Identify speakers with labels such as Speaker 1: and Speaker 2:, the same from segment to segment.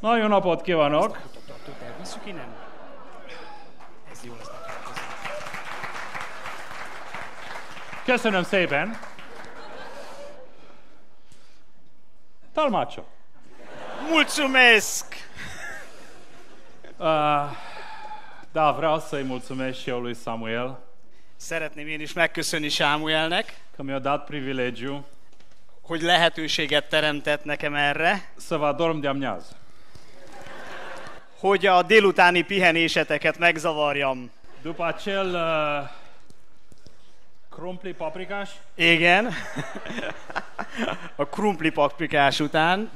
Speaker 1: Na, jó napot kívánok!
Speaker 2: Tartó terv. Visszük innen. Ez jó lesz nekünk.
Speaker 1: Köszönöm szépen! Talmácsok!
Speaker 3: Mulțumesc!
Speaker 1: Da, vreau să-i mulțumesc și eu lui Samuel
Speaker 3: Szeretném én is megköszönni Sámuelnek,
Speaker 1: că mi-a dat privilegiu
Speaker 3: hogy lehetőséget teremtett nekem erre,
Speaker 1: să vă adorm de amiază.
Speaker 3: hogy a délutáni pihenéseteket megzavarjam.
Speaker 1: După acel uh, crumpli paprikaș,
Speaker 3: Igen, a krumpli paprikás után.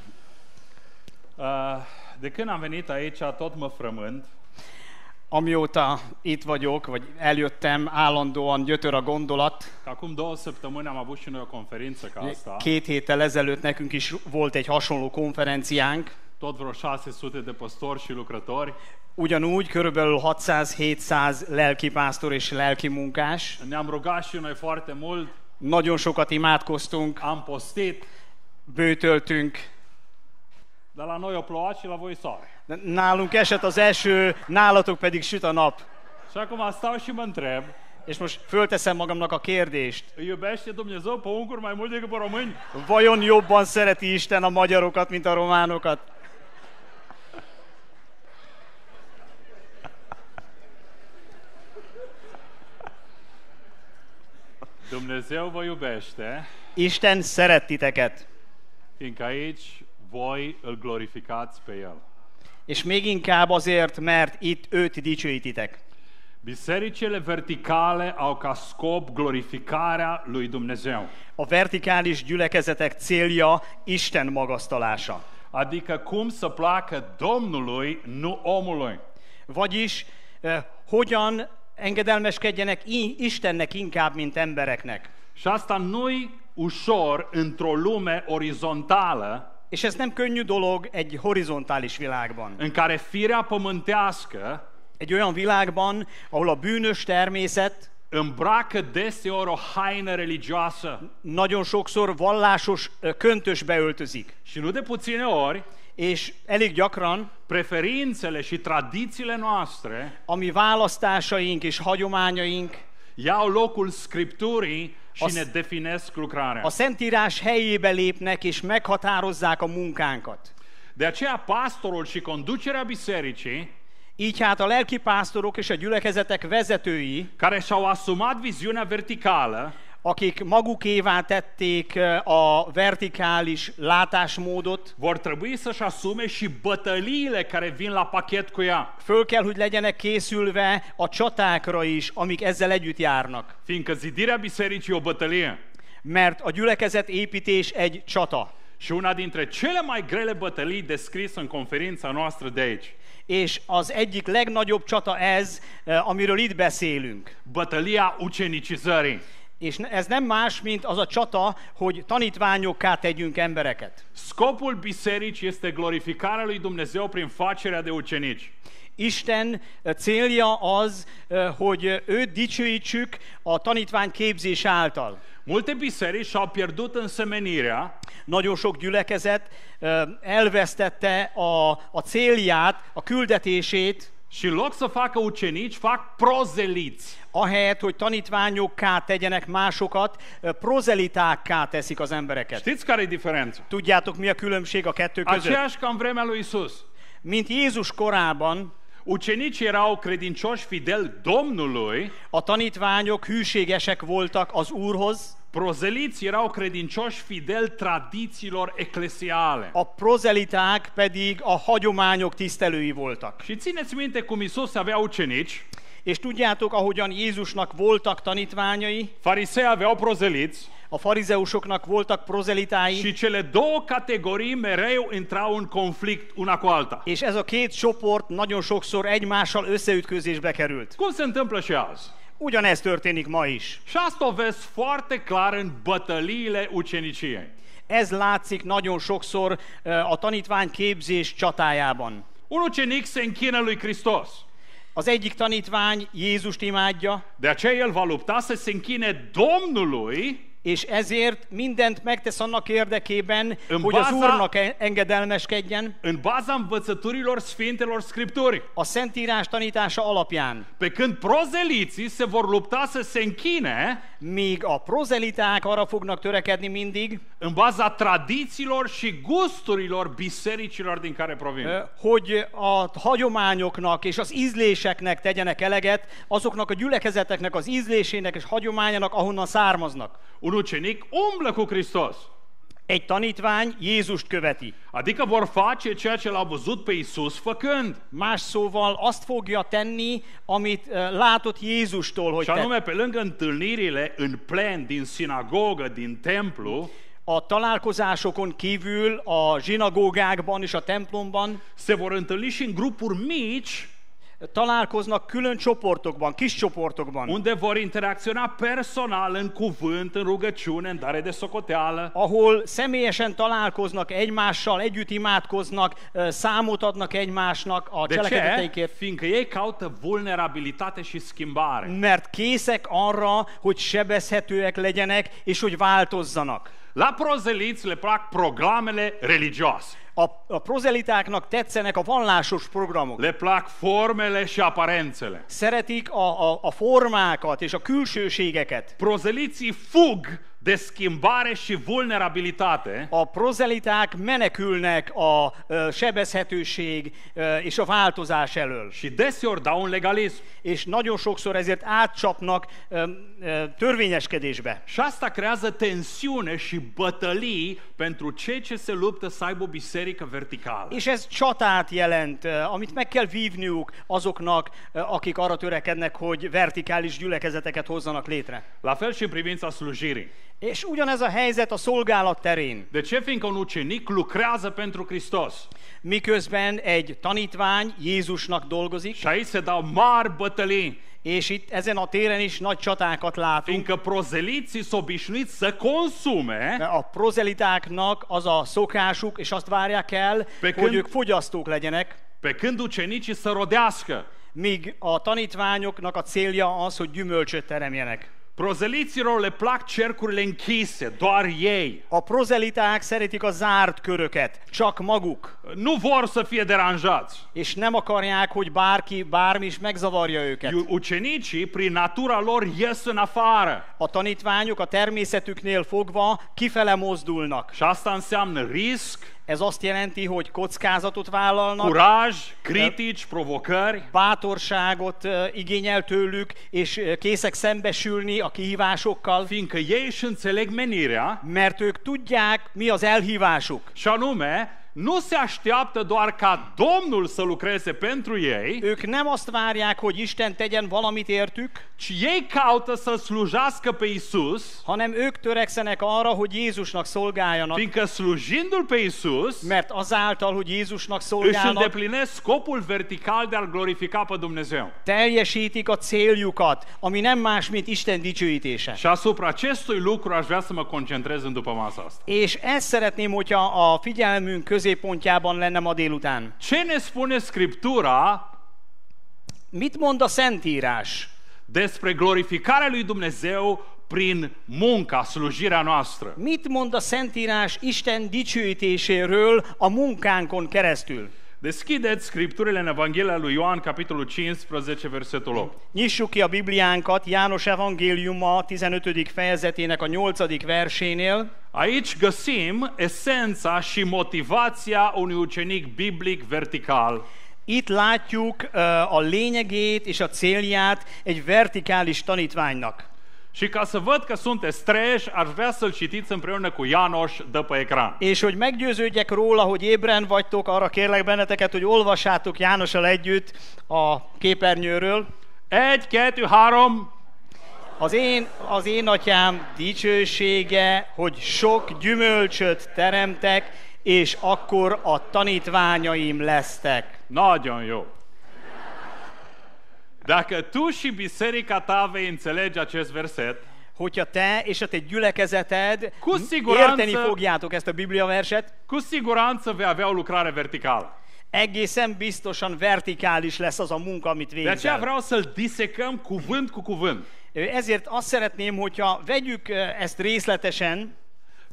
Speaker 1: uh, de când am venit aici tot mă frământ
Speaker 3: Amióta itt vagyok, vagy eljöttem, állandóan gyötör a gondolat.
Speaker 1: Că Acum două săptămâni am avut și noi o conferință ca asta,
Speaker 3: Két héttel ezelőtt nekünk is volt egy hasonló konferenciánk.
Speaker 1: tot vreo 600 de păstori și lucrători.
Speaker 3: Ugyanúgy körülbelül 600-700 lelkipásztor és lelkimunkás.
Speaker 1: Ne-am rugat și noi foarte mult,
Speaker 3: Nagyon sokat imádkoztunk,
Speaker 1: am postit,
Speaker 3: bőtöltünk.
Speaker 1: dar la noi o plouat și la voi soare.
Speaker 3: Nálunk esett az eső, nálatok pedig süt a nap.
Speaker 1: Și acum stau și mă întreb,
Speaker 3: És most fölteszem magamnak a kérdést.
Speaker 1: îi iubește Dumnezeu pe unguri mai mult decât pe români?
Speaker 3: Vajon jobban szereti Isten a magyarokat, mint a románokat?
Speaker 1: Dumnezeu vă iubește,
Speaker 3: Isten szeret titeket.
Speaker 1: fiindcă aici voi îl glorificați pe El.
Speaker 3: És még inkább azért, mert itt őt dicsőítitek.
Speaker 1: Bisericile verticale au ca scop glorificarea lui Dumnezeu.
Speaker 3: A vertikális gyülekezetek célja Isten magasztalása.
Speaker 1: Adică cum să placă Domnului, nu omului.
Speaker 3: Vagyis eh, hogyan engedelmeskedjenek i- Istennek inkább, mint embereknek.
Speaker 1: Și asta nu-i ușor într-o lume orizontală
Speaker 3: És ez nem könnyű dolog egy horizontális világban.
Speaker 1: în care firea pământească
Speaker 3: Egy olyan világban, ahol a bűnös természet
Speaker 1: îmbracă deseori o haină religioasă
Speaker 3: nagyon sokszor vallásos ö, köntösbe öltözik.
Speaker 1: și nu de puține ori
Speaker 3: És elég gyakran
Speaker 1: preferințele și tradițiile noastre
Speaker 3: a mi választásaink és hagyományaink
Speaker 1: iau locul Scripturii și
Speaker 3: O s-
Speaker 1: ne definesc lucrarea.
Speaker 3: a Szentírás helyébe lépnek és meghatározzák a munkánkat.
Speaker 1: De aceea pastorul și conducerea bisericii
Speaker 3: Így hát a lelkipásztorok és a gyülekezetek vezetői,
Speaker 1: care și-au asumat viziunea verticală
Speaker 3: akik magukévá tették ö, a vertikális látásmódot,
Speaker 1: vor trebui să-și asume și bătăliile care vin la pachet cu ea,
Speaker 3: föl kell, hogy legyenek készülve a csatákra is, amik ezzel együtt járnak.
Speaker 1: fiindcă zidirea bisericii e o bătălie.
Speaker 3: Mert a gyülekezet építés egy csata.
Speaker 1: Și una dintre cele mai grele bătălii descris în conferința noastră de aici.
Speaker 3: És az egyik legnagyobb csata ez, eh, amiről itt beszélünk.
Speaker 1: Bătălia ucenicizării.
Speaker 3: És ne- ez nem más, mint az a csata, hogy tanítványokká tegyünk embereket.
Speaker 1: Scopul bisericii este glorificarea lui Dumnezeu prin facerea de ucenici.
Speaker 3: Isten eh, célja az, eh, hogy eh, őt dicsőítsük a tanítvány képzés által.
Speaker 1: Multe biserici și-au pierdut însemenirea
Speaker 3: Nagyon sok gyülekezet eh, elvesztette a, a célját, a küldetését,
Speaker 1: și în loc să facă ucenici, fac prozeliți.
Speaker 3: ahelyett, hogy tanítványokká tegyenek másokat, eh, prozelitákká teszik az embereket.
Speaker 1: Știți care e diferența?
Speaker 3: Tudjátok, mi a különbség a kettő között?
Speaker 1: Aceeași ca în vremea lui Isus.
Speaker 3: Mint Jézus korában,
Speaker 1: Ucenicii erau credincioși fideli Domnului,
Speaker 3: a tanítványok hűségesek voltak az Úrhoz,
Speaker 1: prozeliți erau credincioși fideli tradițiilor eclesiale.
Speaker 3: a prozeliták pedig a hagyományok tisztelői voltak.
Speaker 1: Și țineți minte cum Isus avea ucenici,
Speaker 3: És tudjátok, ahogyan Jézusnak voltak tanítványai,
Speaker 1: farisei aveau prozeliți
Speaker 3: a farizeusoknak voltak prozelitái,
Speaker 1: și cele două categorii mereu intrau în conflict una cu alta.
Speaker 3: és ez a két csoport nagyon sokszor egymással összeütközésbe került.
Speaker 1: Cum se întâmplă și azi?
Speaker 3: Ugyanez történik ma is.
Speaker 1: Și asta o vezi foarte clar în bătăliile uceniciei.
Speaker 3: Ez látszik nagyon sokszor ö, a tanítvány képzés csatájában.
Speaker 1: Un ucenic se închină lui Hristos.
Speaker 3: Az egyik tanítvány Jézust imádja,
Speaker 1: De aceea el va lupta să se închine Domnului
Speaker 3: és ezért mindent megtesz annak érdekében,
Speaker 1: În
Speaker 3: hogy az
Speaker 1: baza-
Speaker 3: Úrnak en- engedelmeskedjen
Speaker 1: în baza învățăturilor Sfintelor Scripturi.
Speaker 3: a Szentírás tanítása alapján.
Speaker 1: Pe când prozeliții se vor lupta să se închine
Speaker 3: Míg a prozeliták arra fognak törekedni mindig,
Speaker 1: în baza tradițiilor și gusturilor bisericilor din care provin.
Speaker 3: ö, hogy a hagyományoknak és az ízléseknek tegyenek eleget, azoknak a gyülekezeteknek az ízlésének és hagyományának, ahonnan származnak.
Speaker 1: Un ucenic umblă cu Hristos.
Speaker 3: Egy tanítvány Jézust követi.
Speaker 1: Adică vor face ceea ce l-a văzut pe Isus făcând.
Speaker 3: Más szóval azt fogja tenni, amit ö, látott Jézustól, hogy
Speaker 1: Și
Speaker 3: tett.
Speaker 1: anume, pe lângă întâlnirile în plen, din sinagogă, din templu,
Speaker 3: A találkozásokon kívül a zsinagógákban és a templomban
Speaker 1: se vor întâlni și în grupuri mici,
Speaker 3: találkoznak külön csoportokban, kis csoportokban,
Speaker 1: unde vor interacționa personal în cuvânt, în rugăciune, în dare de socoteală.
Speaker 3: ahol személyesen találkoznak egymással, együtt imádkoznak, ö, számot adnak egymásnak a
Speaker 1: De ce?
Speaker 3: cselekedeteikért.
Speaker 1: Fiindcă ei caută vulnerabilitate și schimbare.
Speaker 3: Mert készek arra, hogy sebezhetőek legyenek, és hogy változzanak.
Speaker 1: La prozeliți le plac programele religioase.
Speaker 3: A, a prozelitáknak tetszenek a vallásos programok.
Speaker 1: Le plac formele și aparențele.
Speaker 3: Szeretik a, a, a formákat és a külsőségeket.
Speaker 1: Prozeliții fug de schimbare și vulnerabilitate
Speaker 3: A prozeliták menekülnek a ö, sebezhetőség ö, és a változás elől.
Speaker 1: și deseori dau un legalism.
Speaker 3: És nagyon sokszor ezért átcsapnak ö, ö, törvényeskedésbe.
Speaker 1: Și asta creează tensiune și bătălii pentru cei ce se luptă să aibă o biserică verticală.
Speaker 3: És ez csatát jelent, ö, amit meg kell vívniuk azoknak, ö, akik arra törekednek, hogy vertikális gyülekezeteket hozzanak létre.
Speaker 1: La fel și în privința slujirii.
Speaker 3: És ugyanez a helyzet a szolgálat terén.
Speaker 1: De ce? Fiindcă un ucenic lucrează pentru Hristos.
Speaker 3: Miközben egy tanítvány Jézusnak dolgozik,
Speaker 1: Și aici se dau mari bătălii,
Speaker 3: és itt ezen a téren is nagy csatákat látunk.
Speaker 1: fiindcă prozeliții sunt obișnuiți să consume
Speaker 3: A prozelitáknak az a szokásuk, és azt várják el,
Speaker 1: Pekün-
Speaker 3: hogy ők fogyasztók legyenek,
Speaker 1: Pe când ucenicii să rodească,
Speaker 3: míg a tanítványoknak a célja az, hogy gyümölcsöt teremjenek.
Speaker 1: prozeliților le plac cercurile închise, doar ei.
Speaker 3: A prozeliták szeretik a zárt köröket, csak maguk,
Speaker 1: Nu vor să fie deranjați.
Speaker 3: és nem akarják, hogy bárki, bármi is megzavarja őket.
Speaker 1: Iu- Ucenicii, prin natura lor, ies în afară.
Speaker 3: A tanítványok a természetüknél fogva kifele mozdulnak.
Speaker 1: Și asta înseamnă risc,
Speaker 3: Ez azt jelenti, hogy kockázatot vállalnak,
Speaker 1: curaj, critici, provocări.
Speaker 3: bátorságot ö, igényel tőlük, és ö, készek szembesülni a kihívásokkal,
Speaker 1: Fiindcă ei își înțeleg menirea
Speaker 3: mert ők tudják, mi az elhívásuk.
Speaker 1: și anume, nu se așteaptă doar ca Domnul să lucreze pentru ei,
Speaker 3: Ők nem azt várják, hogy Isten tegyen valamit értük,
Speaker 1: ci ei caută să slujească pe Isus,
Speaker 3: hanem ők törekszenek arra, hogy Jézusnak szolgáljanak,
Speaker 1: fiindcă slujindu-L pe Isus,
Speaker 3: mert azáltal, hogy Jézusnak
Speaker 1: își
Speaker 3: szolgálnak,
Speaker 1: îndeplinesc scopul vertical de a-L glorifica pe Dumnezeu.
Speaker 3: teljesítik a céljukat, ami nem más, mint Isten dicsőítése.
Speaker 1: Și asupra acestui lucru aș vrea să mă concentrez în după masa asta.
Speaker 3: És ezt szeretném, hogyha a figyelmünk középpontjában lenne ma délután.
Speaker 1: Ce ne spune Scriptura
Speaker 3: Mit mond a Szentírás
Speaker 1: despre glorificarea lui Dumnezeu prin munca, slujirea noastră?
Speaker 3: Mit mond a Szentírás Isten dicsőítéséről a munkánkon keresztül?
Speaker 1: Deschideți Scripturile în Evanghelia lui Ioan, capitolul 15, versetul 8.
Speaker 3: Nyissuk ki a Bibliánkat János evangéliuma 15. fejezetének a 8. versénél.
Speaker 1: Aici găsim esența și motivația unui ucenic biblic vertical.
Speaker 3: Itt látjuk ö, a lényegét és a célját egy vertikális tanítványnak.
Speaker 1: Și ca să văd că sunteți treji, aș vrea să-l citiți împreună cu Ianoș de pe ecran.
Speaker 3: És hogy meggyőződjek róla, hogy ébren vagytok, arra kérlek benneteket, hogy olvassátok Jánossal együtt a képernyőről.
Speaker 1: Egy, kettő, három,
Speaker 3: Az én, az én atyám dicsősége, hogy sok gyümölcsöt teremtek, és akkor a tanítványaim lesztek.
Speaker 1: Nagyon jó. Dacă tu și biserica ta vei înțelege acest verset,
Speaker 3: Hogyha te és a te gyülekezeted
Speaker 1: Cu siguranță-
Speaker 3: érteni fogjátok ezt a bibliaverset,
Speaker 1: cu siguranță vei avea o lucrare verticală.
Speaker 3: egészen biztosan vertikális lesz az a munka, amit
Speaker 1: De aceea
Speaker 3: végzel.
Speaker 1: vreau să-l disecăm cuvânt cu cuvânt.
Speaker 3: Ö, Ezért azt szeretném, hogyha vegyük ö, ezt részletesen,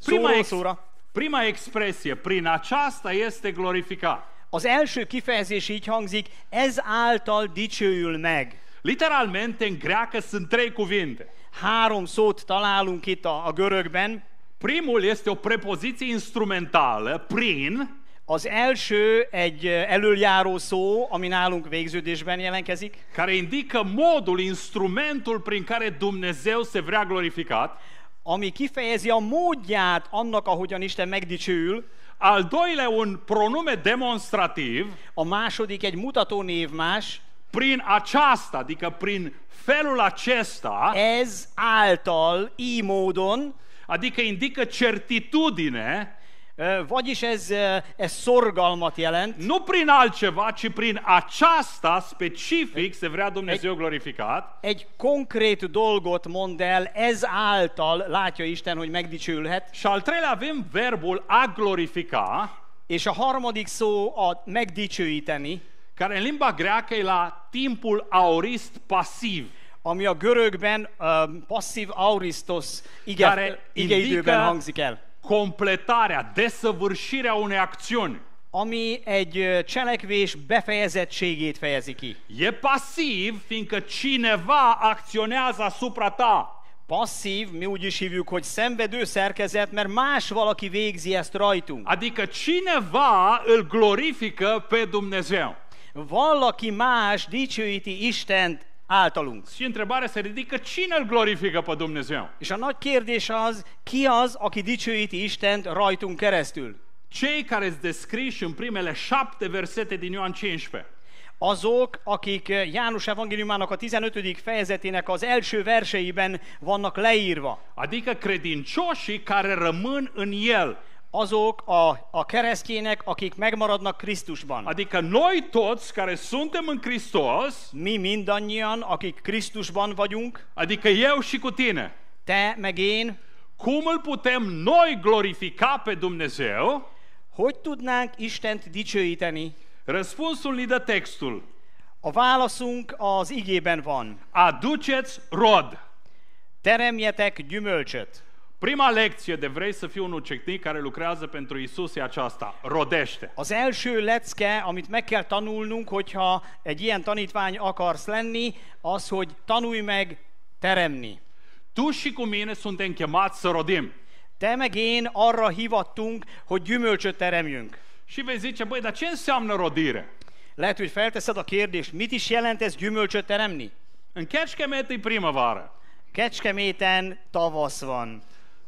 Speaker 1: Prima,
Speaker 3: szóról szóra.
Speaker 1: prima expresie, prin aceasta este glorificat.
Speaker 3: Az első kifejezés így hangzik, ez által dicsőül meg.
Speaker 1: Literalmente în greacă sunt trei cuvinte.
Speaker 3: Három szót találunk itt a, a görögben.
Speaker 1: Primul este o prepoziție instrumentală, prin,
Speaker 3: Az első egy ö, elöljáró szó, ami nálunk végződésben jelenkezik.
Speaker 1: care indică modul, instrumentul prin care Dumnezeu se vrea glorificat.
Speaker 3: ami kifejezi a módját annak, ahogyan Isten megdicsőül.
Speaker 1: Al doilea, un pronume demonstrativ,
Speaker 3: A második egy mutató névmás,
Speaker 1: prin aceasta, adică prin felul acesta,
Speaker 3: ez által, így módon,
Speaker 1: adică indică certitudine,
Speaker 3: ö, vagyis ez, ö, ez szorgalmat jelent,
Speaker 1: nu prin altceva, ci prin aceasta specific se vrea Dumnezeu glorificat.
Speaker 3: egy konkrét dolgot mond el, ez által látja Isten, hogy megdicsőülhet,
Speaker 1: Și al treilea avem verbul a glorifica,
Speaker 3: és a harmadik szó a megdicsőíteni,
Speaker 1: care în limba greacă e la timpul aorist pasiv,
Speaker 3: ami a görögben ö, passzív aurisztos ige,
Speaker 1: Care
Speaker 3: igeidőben
Speaker 1: indica-
Speaker 3: hangzik el.
Speaker 1: completarea, desăvârșirea unei acțiuni.
Speaker 3: Ami egy ö, cselekvés befejezettségét fejezi ki.
Speaker 1: E pasiv, fiindcă cineva acționează asupra ta.
Speaker 3: Passzív, mi úgy is hívjuk, hogy szenvedő szerkezet, mert más valaki végzi ezt rajtunk.
Speaker 1: Adică cineva îl glorifică pe Dumnezeu.
Speaker 3: Valaki más dicsőíti Istent általunk.
Speaker 1: Și întrebarea se ridică, cine îl glorifică pe Dumnezeu?
Speaker 3: És a nagy kérdés az, ki az, aki dicsőíti Istent rajtunk keresztül?
Speaker 1: Cei care sunt descriși în primele șapte versete din Ioan 15.
Speaker 3: Azok, akik eh, János evangéliumának a 15. fejezetének az első verseiben vannak leírva.
Speaker 1: Adică credincioșii care rămân în El.
Speaker 3: Azok a, a keresztjének, akik megmaradnak Krisztusban.
Speaker 1: Adică noi toți care suntem în Hristos,
Speaker 3: Mi mindannyian, akik Krisztusban vagyunk,
Speaker 1: adică eu și cu tine,
Speaker 3: te meg én,
Speaker 1: cum îl putem noi glorifica pe Dumnezeu?
Speaker 3: Hogy tudnánk Istent dicsőíteni?
Speaker 1: Răspunsul ne dă textul.
Speaker 3: A válaszunk az igében van.
Speaker 1: Aduceți rod.
Speaker 3: Teremjetek gyümölcsöt.
Speaker 1: Prima lecție de vrei să fii un ucenic care lucrează pentru Isus e aceasta. Rodește.
Speaker 3: Az első lecke, amit meg kell tanulnunk, hogyha egy ilyen tanítvány akarsz lenni, az, hogy tanulj meg teremni.
Speaker 1: Tu și cu mine suntem chemați să rodim.
Speaker 3: Te meg én arra hivattunk, hogy gyümölcsöt teremjünk.
Speaker 1: Și vei zice, băi, dar ce înseamnă rodire?
Speaker 3: Lehet, hogy felteszed a kérdést, mit is jelent ez gyümölcsöt teremni?
Speaker 1: În Kecskemét e primăvară.
Speaker 3: Kecskeméten tavasz van.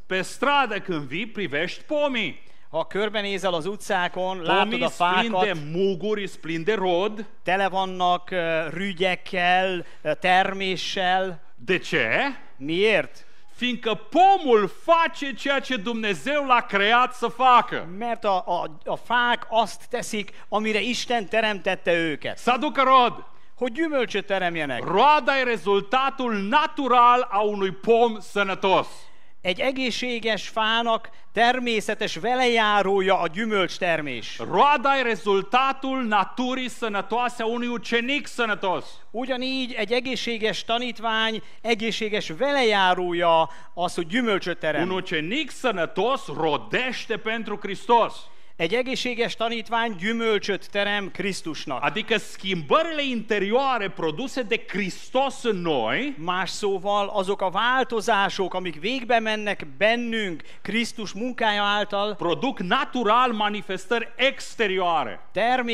Speaker 1: Pe stradă când vii, privești pomii.
Speaker 3: Ha körbenézel az utcákon, látod
Speaker 1: Pomii
Speaker 3: a
Speaker 1: splin de
Speaker 3: fákat,
Speaker 1: muguri, splin de rod.
Speaker 3: tele vannak ö, rügyekkel, ö, terméssel.
Speaker 1: De ce?
Speaker 3: Miért?
Speaker 1: Fiindcă pomul face ceea ce Dumnezeu l-a creat să facă.
Speaker 3: Mert a, a, a fák azt teszik, amire Isten teremtette őket.
Speaker 1: Să aducă rod.
Speaker 3: Hogy gyümölcsöt teremjenek.
Speaker 1: Roada e rezultatul natural a unui pom sănătos.
Speaker 3: Egy egészséges fának természetes velejárója a gyümölcs termés.
Speaker 1: Roada e rezultatul naturii sănătoase a unui ucenic sănătos.
Speaker 3: Ugyanígy egy egészséges tanítvány egészséges velejárója az, hogy gyümölcsöt
Speaker 1: Un
Speaker 3: terem.
Speaker 1: ucenic sănătos rodește pentru Hristos.
Speaker 3: Egy egészséges tanítvány gyümölcsöt terem Krisztusnak.
Speaker 1: Adică schimbările interioare produse de Hristos în noi
Speaker 3: Más szóval azok a változások, amik végbe mennek bennünk Krisztus munkája által,
Speaker 1: produc natural manifestări exterioare.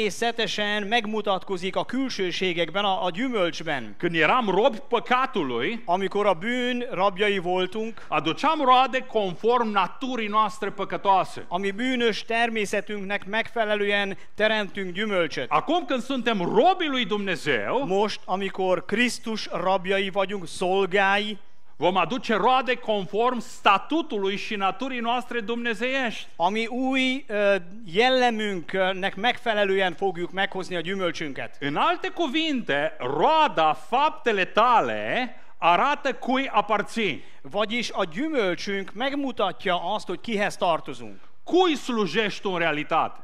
Speaker 3: természetesen megmutatkozik a külsőségekben, a, a gyümölcsben.
Speaker 1: Când eram robi păcatului,
Speaker 3: Amikor a bűn rabjai voltunk,
Speaker 1: aduceam roade conform naturii noastre păcătoase.
Speaker 3: ami bűnös természetünknek megfelelően teremtünk gyümölcsöt.
Speaker 1: Acum când suntem robii lui Dumnezeu,
Speaker 3: Most, amikor Krisztus rabjai vagyunk, szolgái,
Speaker 1: Vom aduce roade conform statutului și naturii noastre dumnezeiești.
Speaker 3: ami új ö, jellemünknek megfelelően fogjuk meghozni a gyümölcsünket.
Speaker 1: În alte cuvinte, roada, faptele tale arată cui aparții.
Speaker 3: Vagyis a gyümölcsünk megmutatja azt, hogy kihez tartozunk.
Speaker 1: Cui slujești tu în realitate?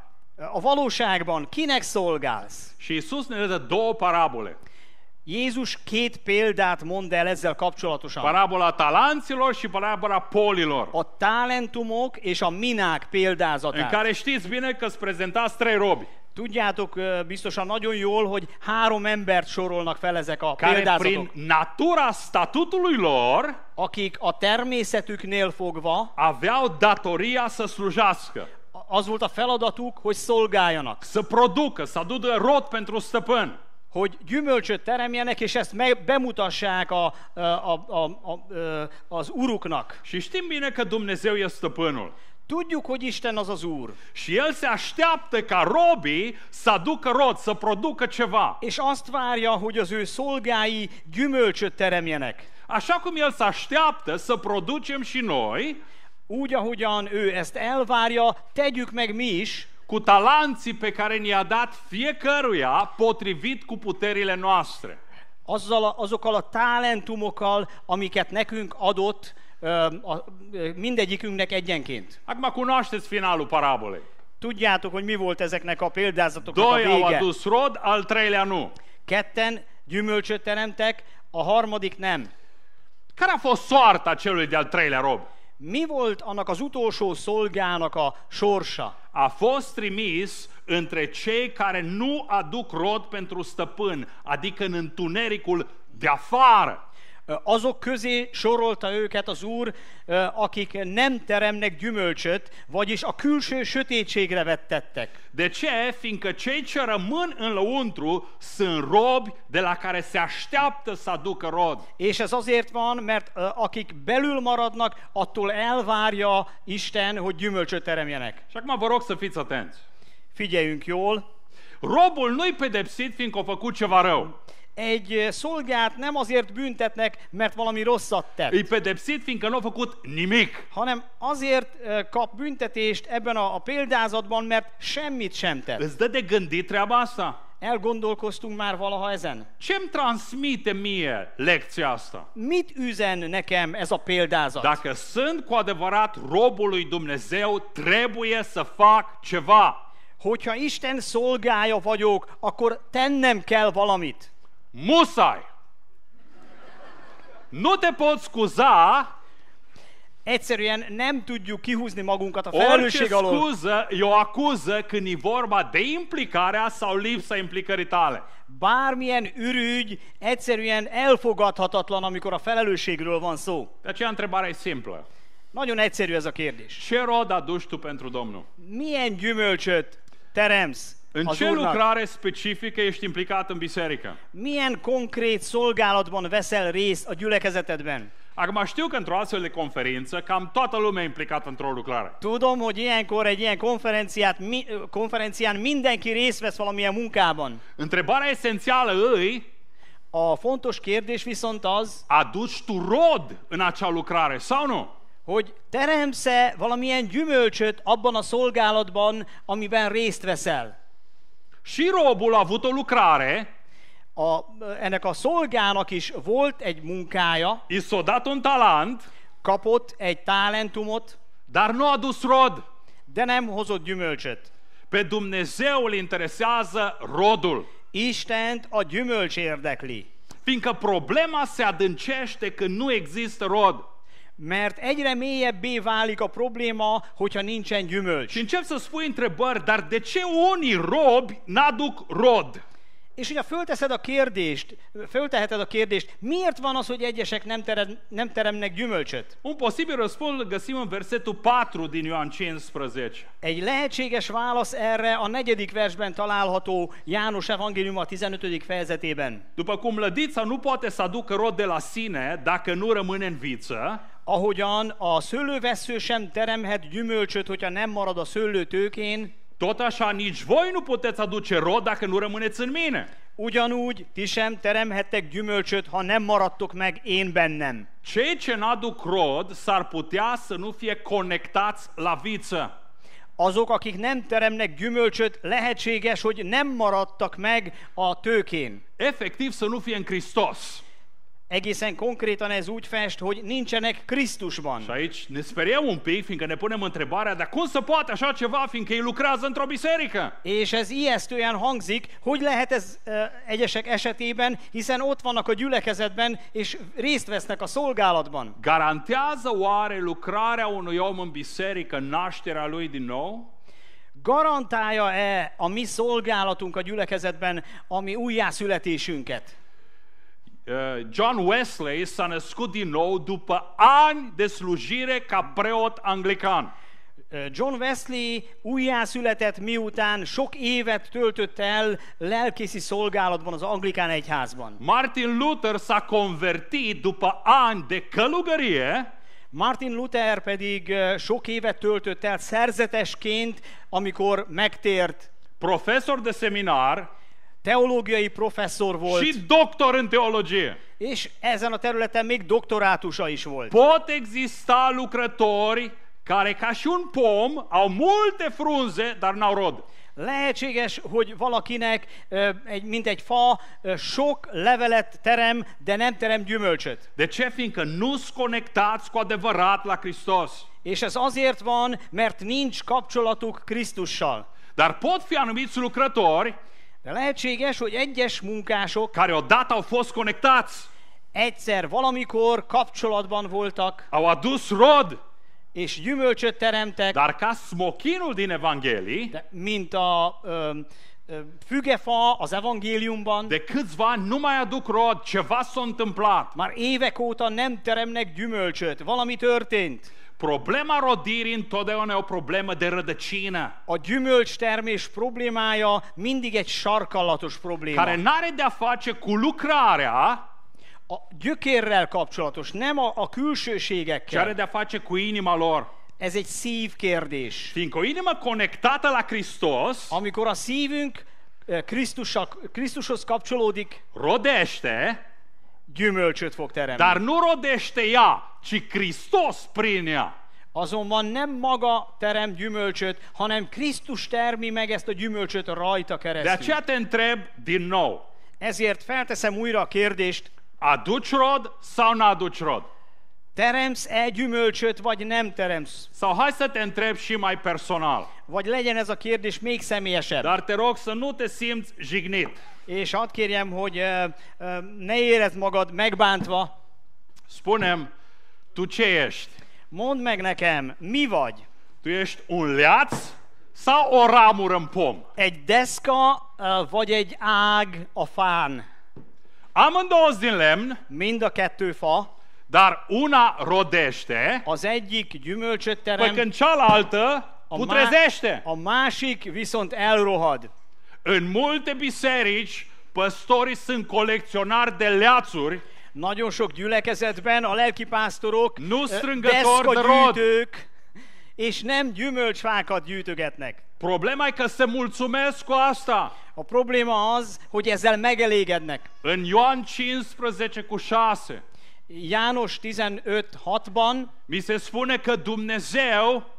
Speaker 3: A valóságban kinek szolgálsz?
Speaker 1: Și Isus ne dă două parabole.
Speaker 3: Jézus két példát mond el ezzel kapcsolatosan.
Speaker 1: Parabola talanților și parabola polilor.
Speaker 3: A talentumok és a minák
Speaker 1: În
Speaker 3: példázatát.
Speaker 1: care știți bine că îți prezentați trei robi,
Speaker 3: Tudjátok ö, biztosan nagyon jól, hogy három embert sorolnak fel ezek a
Speaker 1: care prin
Speaker 3: példázatok,
Speaker 1: natura statutului lor
Speaker 3: akik a természetüknél fogva
Speaker 1: aveau datoria să slujească,
Speaker 3: a- az volt a feladatuk, hogy szolgáljanak,
Speaker 1: să producă, să aducă rod pentru stăpân.
Speaker 3: hogy gyümölcsöt teremjenek, és ezt meg bemutassák a, a, a, a, a, ö, az uruknak.
Speaker 1: Și știm bine că Dumnezeu e stăpânul.
Speaker 3: Tudjuk, hogy Isten az az Úr,
Speaker 1: Și El se așteaptă ca robii să aducă rod, să producă ceva.
Speaker 3: és azt várja, hogy az ő szolgái gyümölcsöt teremjenek.
Speaker 1: Așa cum El se așteaptă să producem și noi,
Speaker 3: Úgy, ahogyan ő ezt elvárja, tegyük meg mi is,
Speaker 1: cu talanții pe care ni-a dat fiecăruia potrivit cu puterile noastre.
Speaker 3: azzal a, azokkal a talentumokkal, amiket nekünk adott ö, a, ö, mindegyikünknek egyenként.
Speaker 1: Acum cunoașteți finalul parabolei.
Speaker 3: Tudjátok, hogy mi volt ezeknek a példázatoknak a
Speaker 1: Doi au
Speaker 3: vége.
Speaker 1: adus rod, al treilea nu.
Speaker 3: Ketten gyümölcsöt teremtek, a harmadik nem.
Speaker 1: Care a fost soarta celui de-al treilea rob?
Speaker 3: Mi volt annak az utolsó szolgának a sorsa?
Speaker 1: A fost trimis între cei care nu aduc rod pentru stăpân, adică în întunericul de afară.
Speaker 3: Ö, Azok közé sorolta őket az Úr, ö, akik nem teremnek gyümölcsöt, vagyis a külső sötétségre vettettek.
Speaker 1: De ce? Fiindcă cei ce rămân în lăuntru sunt robi de la care se așteaptă să aducă rod.
Speaker 3: És ez azért van, mert ö, akik belül maradnak, attól elvárja Isten, hogy gyümölcsöt teremjenek.
Speaker 1: Și acum vă rog să fiți atenți.
Speaker 3: Figyeljünk jól!
Speaker 1: Robul nu-i pedepsit fiindcă a făcut ceva rău.
Speaker 3: Egy ö, szolgát nem azért büntetnek, mert valami rosszat tett.
Speaker 1: Îi pedepsit fiindcă nu a făcut nimic.
Speaker 3: hanem azért ö, kap büntetést ebben a, a példázatban, mert semmit sem tett.
Speaker 1: Îți dă de gândit treaba asta?
Speaker 3: Elgondolkoztunk már valaha ezen?
Speaker 1: Ce-mi transmite mie lecția asta?
Speaker 3: Mit üzen nekem ez a példázat?
Speaker 1: Dacă sunt cu adevărat robul lui Dumnezeu, trebuie să fac ceva.
Speaker 3: Hogyha Isten szolgája vagyok, akkor tennem kell valamit.
Speaker 1: Musai! Nu te poți scuza,
Speaker 3: Egyszerűen nem tudjuk kihúzni magunkat a
Speaker 1: orice
Speaker 3: felelősség alól.
Speaker 1: scuză e o acuză când e vorba de implicarea sau lipsa implicării tale.
Speaker 3: Bármilyen ürügy egyszerűen elfogadhatatlan, amikor a felelősségről van szó.
Speaker 1: De aceea întrebarea e simplă.
Speaker 3: Nagyon egyszerű ez a kérdés.
Speaker 1: Ce rod aduci tu pentru Domnul?
Speaker 3: Milyen gyümölcsöt teremsz
Speaker 1: În
Speaker 3: az
Speaker 1: ce
Speaker 3: Úrnak?
Speaker 1: lucrare specifică ești implicat în biserică?
Speaker 3: Milyen konkrét szolgálatban veszel részt a gyülekezetedben?
Speaker 1: Acum știu că într-o astfel de conferință cam toată lumea e implicată într-o lucrare.
Speaker 3: Tudom, hogy ilyenkor egy ilyen konferenciát, mi, ö, konferencián mindenki részt vesz valamilyen munkában.
Speaker 1: Întrebarea esențială îi,
Speaker 3: A fontos kérdés viszont az,
Speaker 1: aduci tu rod în acea lucrare sau nu?
Speaker 3: hogy teremsz-e valamilyen gyümölcsöt abban a szolgálatban, amiben részt veszel.
Speaker 1: Și robul a avut o lucrare,
Speaker 3: A, ö, ennek a szolgának is volt egy munkája,
Speaker 1: i s-a dat un talent,
Speaker 3: kapott egy talentumot,
Speaker 1: dar nu a adus rod.
Speaker 3: de nem hozott gyümölcsöt.
Speaker 1: Pe Dumnezeu îl interesează rodul.
Speaker 3: Istent a gyümölcs érdekli.
Speaker 1: Fiindcă problema se adâncește când nu există rod.
Speaker 3: Mert egyre mélyebbé válik a probléma, hogyha nincsen
Speaker 1: Și
Speaker 3: gyümölcs.
Speaker 1: încep să spui întrebări, dar de ce unii robi n-aduc rod?
Speaker 3: És hogyha fölteszed a kérdést, fölteheted a kérdést, miért van az, hogy egyesek nem, terem, nem teremnek gyümölcsöt?
Speaker 1: Un posibil răspuns îl găsim în versetul 4 din Ioan 15.
Speaker 3: Egy lehetséges válasz erre a negyedik versben található János Evangélium a 15. fejezetében.
Speaker 1: După cum lădița nu poate să aducă rod de la sine dacă nu rămâne în viță,
Speaker 3: Ahogyan a szőlővesző sem teremhet gyümölcsöt, hogyha nem marad a szőlőtőkén,
Speaker 1: Tot așa nici voi nu puteți aduce rod dacă nu rămâneți în mine.
Speaker 3: ugyanúgy ti sem teremhettek gyümölcsöt, ha nem maradtok meg én bennem.
Speaker 1: Cei ce n-aduc rod s-ar putea să nu fie conectați la viță.
Speaker 3: Azok, akik nem teremnek gyümölcsöt, lehetséges, hogy nem maradtak meg a tőkén.
Speaker 1: Efectiv să nu fie în Hristos.
Speaker 3: Egészen konkrétan ez úgy fest, hogy nincsenek
Speaker 1: Și
Speaker 3: Krisztusban.
Speaker 1: aici ne speriem un pic, fiindcă ne punem întrebarea, dar cum se poate așa ceva, fiindcă ei lucrează într-o biserică?
Speaker 3: És ez ijesztően hangzik, hogy lehet ez ö, egyesek esetében, hiszen ott vannak a gyülekezetben, és részt vesznek a szolgálatban.
Speaker 1: Garantează oare lucrarea unui om în biserică nașterea lui din nou?
Speaker 3: Garantálja-e a mi szolgálatunk a gyülekezetben a mi újjászületésünket?
Speaker 1: Uh, John Wesley s-a născut din nou după ani de slujire ca preot anglican.
Speaker 3: Ö, John Wesley újjászületett miután sok évet töltött el lelkészi szolgálatban az anglikán egyházban.
Speaker 1: Martin Luther s-a convertit după ani de călugărie
Speaker 3: Martin Luther pedig ö, sok évet töltött el szerzetesként, amikor megtért
Speaker 1: profesor de seminar
Speaker 3: teológiai professzor volt,
Speaker 1: și doctor în teologie.
Speaker 3: és ezen a területen még doktorátusa is volt.
Speaker 1: Pot exista lucrători care, ca și un pom, au multe frunze, dar n-au rod.
Speaker 3: Lehetséges, hogy valakinek, ö, egy, mint egy fa, ö, sok levelet terem, de nem terem gyümölcsöt.
Speaker 1: De ce? Fiindcă nu-s conectați cu adevărat la Hristos.
Speaker 3: És ez azért van, mert nincs kapcsolatuk Krisztussal.
Speaker 1: Dar pot fi anumiți lucrători
Speaker 3: De lehetséges, hogy egyes munkások
Speaker 1: care odată au fost conectați,
Speaker 3: egyszer valamikor kapcsolatban voltak,
Speaker 1: au adus rod,
Speaker 3: és gyümölcsöt teremtek,
Speaker 1: dar ca smochinul din Evanghelii,
Speaker 3: de, mint a ö, ö, fügefa az evangéliumban,
Speaker 1: de câțiva ani nu mai aduc rod, ceva s-a întâmplat.
Speaker 3: már évek óta nem teremnek gyümölcsöt, valami történt.
Speaker 1: Problema rodirii întotdeauna e o problemă de rădăcină,
Speaker 3: A gyümölcs termés problémája mindig egy sarkallatos probléma.
Speaker 1: care n-are de-a face cu lucrarea,
Speaker 3: A gyökérrel kapcsolatos, nem a, a
Speaker 1: ci are
Speaker 3: külsőségekkel.
Speaker 1: de-a face cu inima lor.
Speaker 3: Ez egy szívkérdés.
Speaker 1: Fiindcă o inimă conectată la Hristos
Speaker 3: Amikor a szívünk eh, Krisztussal, Krisztushoz kapcsolódik,
Speaker 1: rodește,
Speaker 3: gyümölcsöt fog teremni.
Speaker 1: dar nu rodește ea, ci Hristos prin ea.
Speaker 3: Azonban nem maga terem gyümölcsöt, hanem Krisztus termi meg ezt a gyümölcsöt rajta
Speaker 1: De
Speaker 3: keresztül.
Speaker 1: aceea te întreb din nou,
Speaker 3: Ezért felteszem újra a kérdést,
Speaker 1: aduci rod sau nu aduci rod?
Speaker 3: teremsz-e gyümölcsöt, vagy nem teremsz?
Speaker 1: Sau hai să te întreb și mai personal,
Speaker 3: Vagy legyen ez a kérdés még személyesebb.
Speaker 1: dar te rog să nu te simți jignit.
Speaker 3: És hadd kérjem, hogy ö, ö, ne érezd magad megbántva.
Speaker 1: Spunem, tu ce ești?
Speaker 3: Mondd meg nekem, mi vagy?
Speaker 1: Tu ești un leaț sau o ramură în pom?
Speaker 3: Egy deszka ö, vagy egy ág a fán?
Speaker 1: Amândouă sunt din lemn,
Speaker 3: Mind a kettő fa.
Speaker 1: dar una rodește,
Speaker 3: Az egyik
Speaker 1: pe
Speaker 3: gyümölcsöt terem,
Speaker 1: când cealaltă
Speaker 3: a, má-
Speaker 1: putrezește.
Speaker 3: a másik viszont elrohad.
Speaker 1: În multe biserici, păstorii sunt colecționari de leațuri,
Speaker 3: Nagyon sok gyülekezetben a lelkipásztorok
Speaker 1: Nu
Speaker 3: ö,
Speaker 1: strângător de rod.
Speaker 3: deszkagyűjtők, és nem gyümölcsfákat gyűjtögetnek.
Speaker 1: problema e că se mulțumesc cu asta.
Speaker 3: A probléma az, hogy ezzel megelégednek.
Speaker 1: În Ioan 15 cu 6,
Speaker 3: János 15.6-ban
Speaker 1: mi se spune că Dumnezeu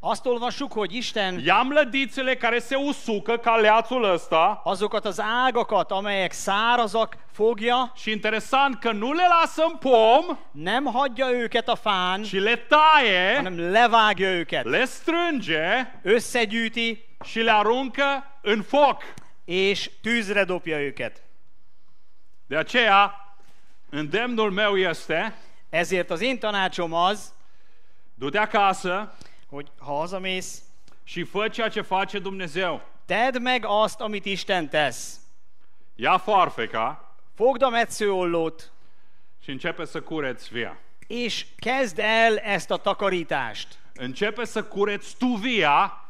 Speaker 3: azt olvassuk, hogy Isten
Speaker 1: ia mlădițele care se usucă ca leațul ăsta
Speaker 3: azokat az ágakat, amelyek szárazak, fogja,
Speaker 1: și interesant că nu le lasă în pom,
Speaker 3: nem hagyja őket a fán,
Speaker 1: ci le taie,
Speaker 3: hanem levágja őket,
Speaker 1: le strânge
Speaker 3: összegyűjti,
Speaker 1: și le aruncă în foc.
Speaker 3: és tűzre dobja őket.
Speaker 1: De aceea, îndemnul meu este,
Speaker 3: Ezért az én tanácsom az,
Speaker 1: du-te acasă,
Speaker 3: hogy ha hazamész,
Speaker 1: și fă ceea ce face Dumnezeu.
Speaker 3: tedd meg azt, amit Isten tesz.
Speaker 1: Ia farfeca
Speaker 3: Fogd a metszőollót,
Speaker 1: și începe să cureți via.
Speaker 3: és kezd el ezt a takarítást.
Speaker 1: Începe să cureți tu via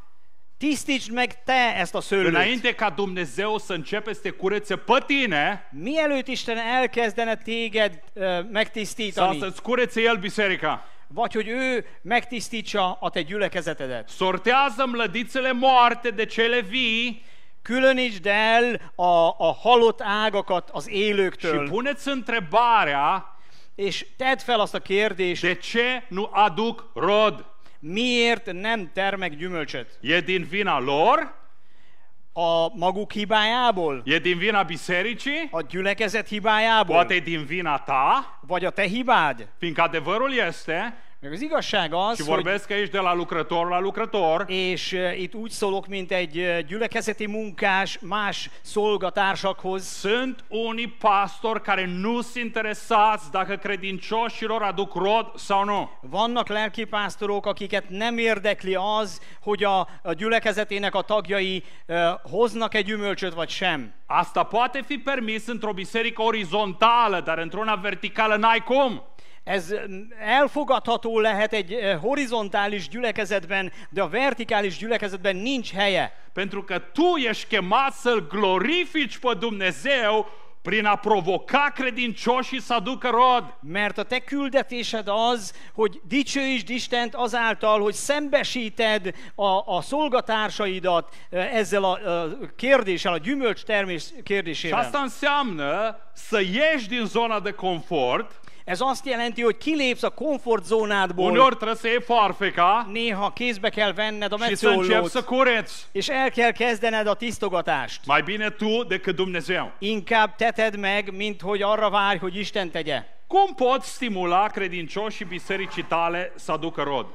Speaker 3: Tisztítsd meg te ezt a szőlőt.
Speaker 1: înainte ca Dumnezeu să începe să te curețe pe tine
Speaker 3: Mielőtt Isten elkezdene téged ö,
Speaker 1: sau
Speaker 3: megtisztítani,
Speaker 1: să-ți curețe El biserica.
Speaker 3: vagy hogy ő megtisztítsa a te gyülekezetedet.
Speaker 1: Sortează mlădițele moarte de cele vii
Speaker 3: Különítsd el a, a halott ágakat az
Speaker 1: și
Speaker 3: élőktől,
Speaker 1: puneți întrebarea
Speaker 3: és tedd fel azt a kérdést,
Speaker 1: de ce nu aduc rod.
Speaker 3: miért nem termek gyümölcsöt?
Speaker 1: E din vina lor
Speaker 3: A maguk hibájából?
Speaker 1: E din vina bisericii?
Speaker 3: A gyülekezet hibájából?
Speaker 1: Poate e din vina ta?
Speaker 3: Vagy a te hibád?
Speaker 1: Fiindcă adevărul este,
Speaker 3: Meg az igazság az,
Speaker 1: și
Speaker 3: hogy,
Speaker 1: vorbesc aici de la lucrător la lucrător,
Speaker 3: és ö, itt úgy szólok, mint egy ö, gyülekezeti munkás más szolgatársakhoz,
Speaker 1: Sunt unii pastori care nu sunt interesați dacă credincioșilor aduc rod sau nu.
Speaker 3: vannak lelkipásztorok, akiket nem érdekli az, hogy a, a gyülekezetének a tagjai ö, hoznak-e gyümölcsöt vagy sem.
Speaker 1: Asta poate fi permis într-o biserică orizontală, dar într-una verticală n-ai cum.
Speaker 3: Ez ö, elfogadható lehet egy ö, horizontális gyülekezetben, de a vertikális gyülekezetben nincs helye.
Speaker 1: Pentru că tu ești chemat să-L glorifici pe Dumnezeu prin a provoca credincioșii să aducă rod.
Speaker 3: Mert a te küldetésed az, hogy dicsőítsd Istent azáltal, hogy szembesíted a, a szolgatársaidat ö, ezzel a, a kérdéssel, a gyümölcs termés
Speaker 1: Și
Speaker 3: kérdésével.
Speaker 1: asta înseamnă să ieși din zona de confort.
Speaker 3: Ez azt jelenti, hogy kilépsz a komfortzónádból,
Speaker 1: Uneori trebuie să iei foarfeca
Speaker 3: néha kézbe kell venned a
Speaker 1: și să începi
Speaker 3: metszőollót,
Speaker 1: să cureți.
Speaker 3: és el kell kezdened a tisztogatást.
Speaker 1: Mai bine tu decât Dumnezeu.
Speaker 3: Inkább teted meg, mint hogy arra várj, hogy Isten tegye.
Speaker 1: Cum poți stimula credincioșii bisericii tale să aducă rod?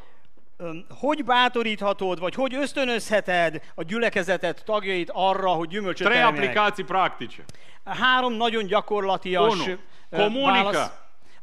Speaker 3: Öm, Hogy bátoríthatod, vagy hogy ösztönözheted a gyülekezetet tagjait arra, hogy gyümölcsöt
Speaker 1: Trei
Speaker 3: termeljenek?
Speaker 1: aplicații practice.
Speaker 3: Három nagyon gyakorlatias
Speaker 1: Uno.
Speaker 3: ö,
Speaker 1: Kommunika.
Speaker 3: válasz.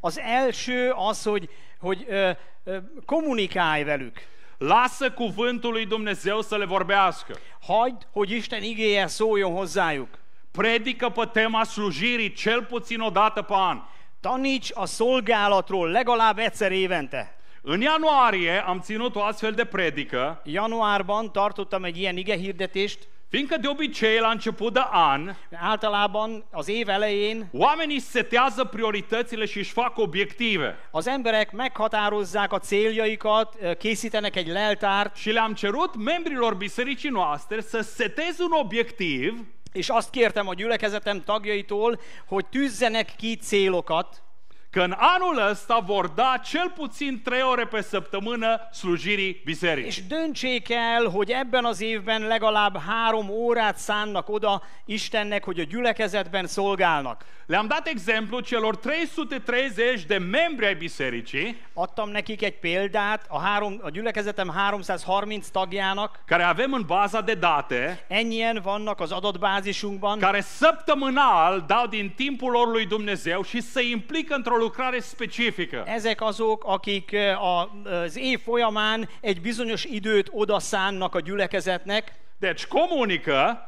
Speaker 3: Az első az, hogy, hogy ö, ö, kommunikálj velük.
Speaker 1: Lasă cuvântul lui Dumnezeu să le vorbească.
Speaker 3: Hagyd, hogy Isten igéje szóljon hozzájuk.
Speaker 1: Predică pe tema slujirii cel puțin o dată pe an.
Speaker 3: Taníts a szolgálatról legalább egyszer évente.
Speaker 1: În ianuarie am ținut o astfel de predică,
Speaker 3: Januárban tartottam egy ilyen ige hirdetést.
Speaker 1: fiindcă de obicei la început de an,
Speaker 3: Általában az év elején
Speaker 1: oamenii setează prioritățile și își fac obiective.
Speaker 3: az emberek meghatározzák a céljaikat, ö, készítenek egy leltárt,
Speaker 1: Și le-am cerut membrilor bisericii noastre să seteze un obiectiv
Speaker 3: és azt kértem a gyülekezetem tagjaitól, hogy tűzzenek ki célokat,
Speaker 1: că în anul ăsta vor da cel puțin 3 ore pe săptămână slujirii bisericii.
Speaker 3: és döntsék el, hogy ebben az évben legalább három órát szánnak oda Istennek, hogy a gyülekezetben szolgálnak.
Speaker 1: Le-am dat exemplu celor 330 de membri ai bisericii
Speaker 3: Adtam nekik egy példát, a, három, a gyülekezetem 330 tagjának,
Speaker 1: care avem în baza de date,
Speaker 3: ennyien vannak az adatbázisunkban,
Speaker 1: care săptămânal dau din timpul lor lui Dumnezeu și se implică într-o lucrare specifică.
Speaker 3: ezek azok, akik ö, a- az év folyamán egy bizonyos időt odaszánnak a gyülekezetnek.
Speaker 1: Deci comunică,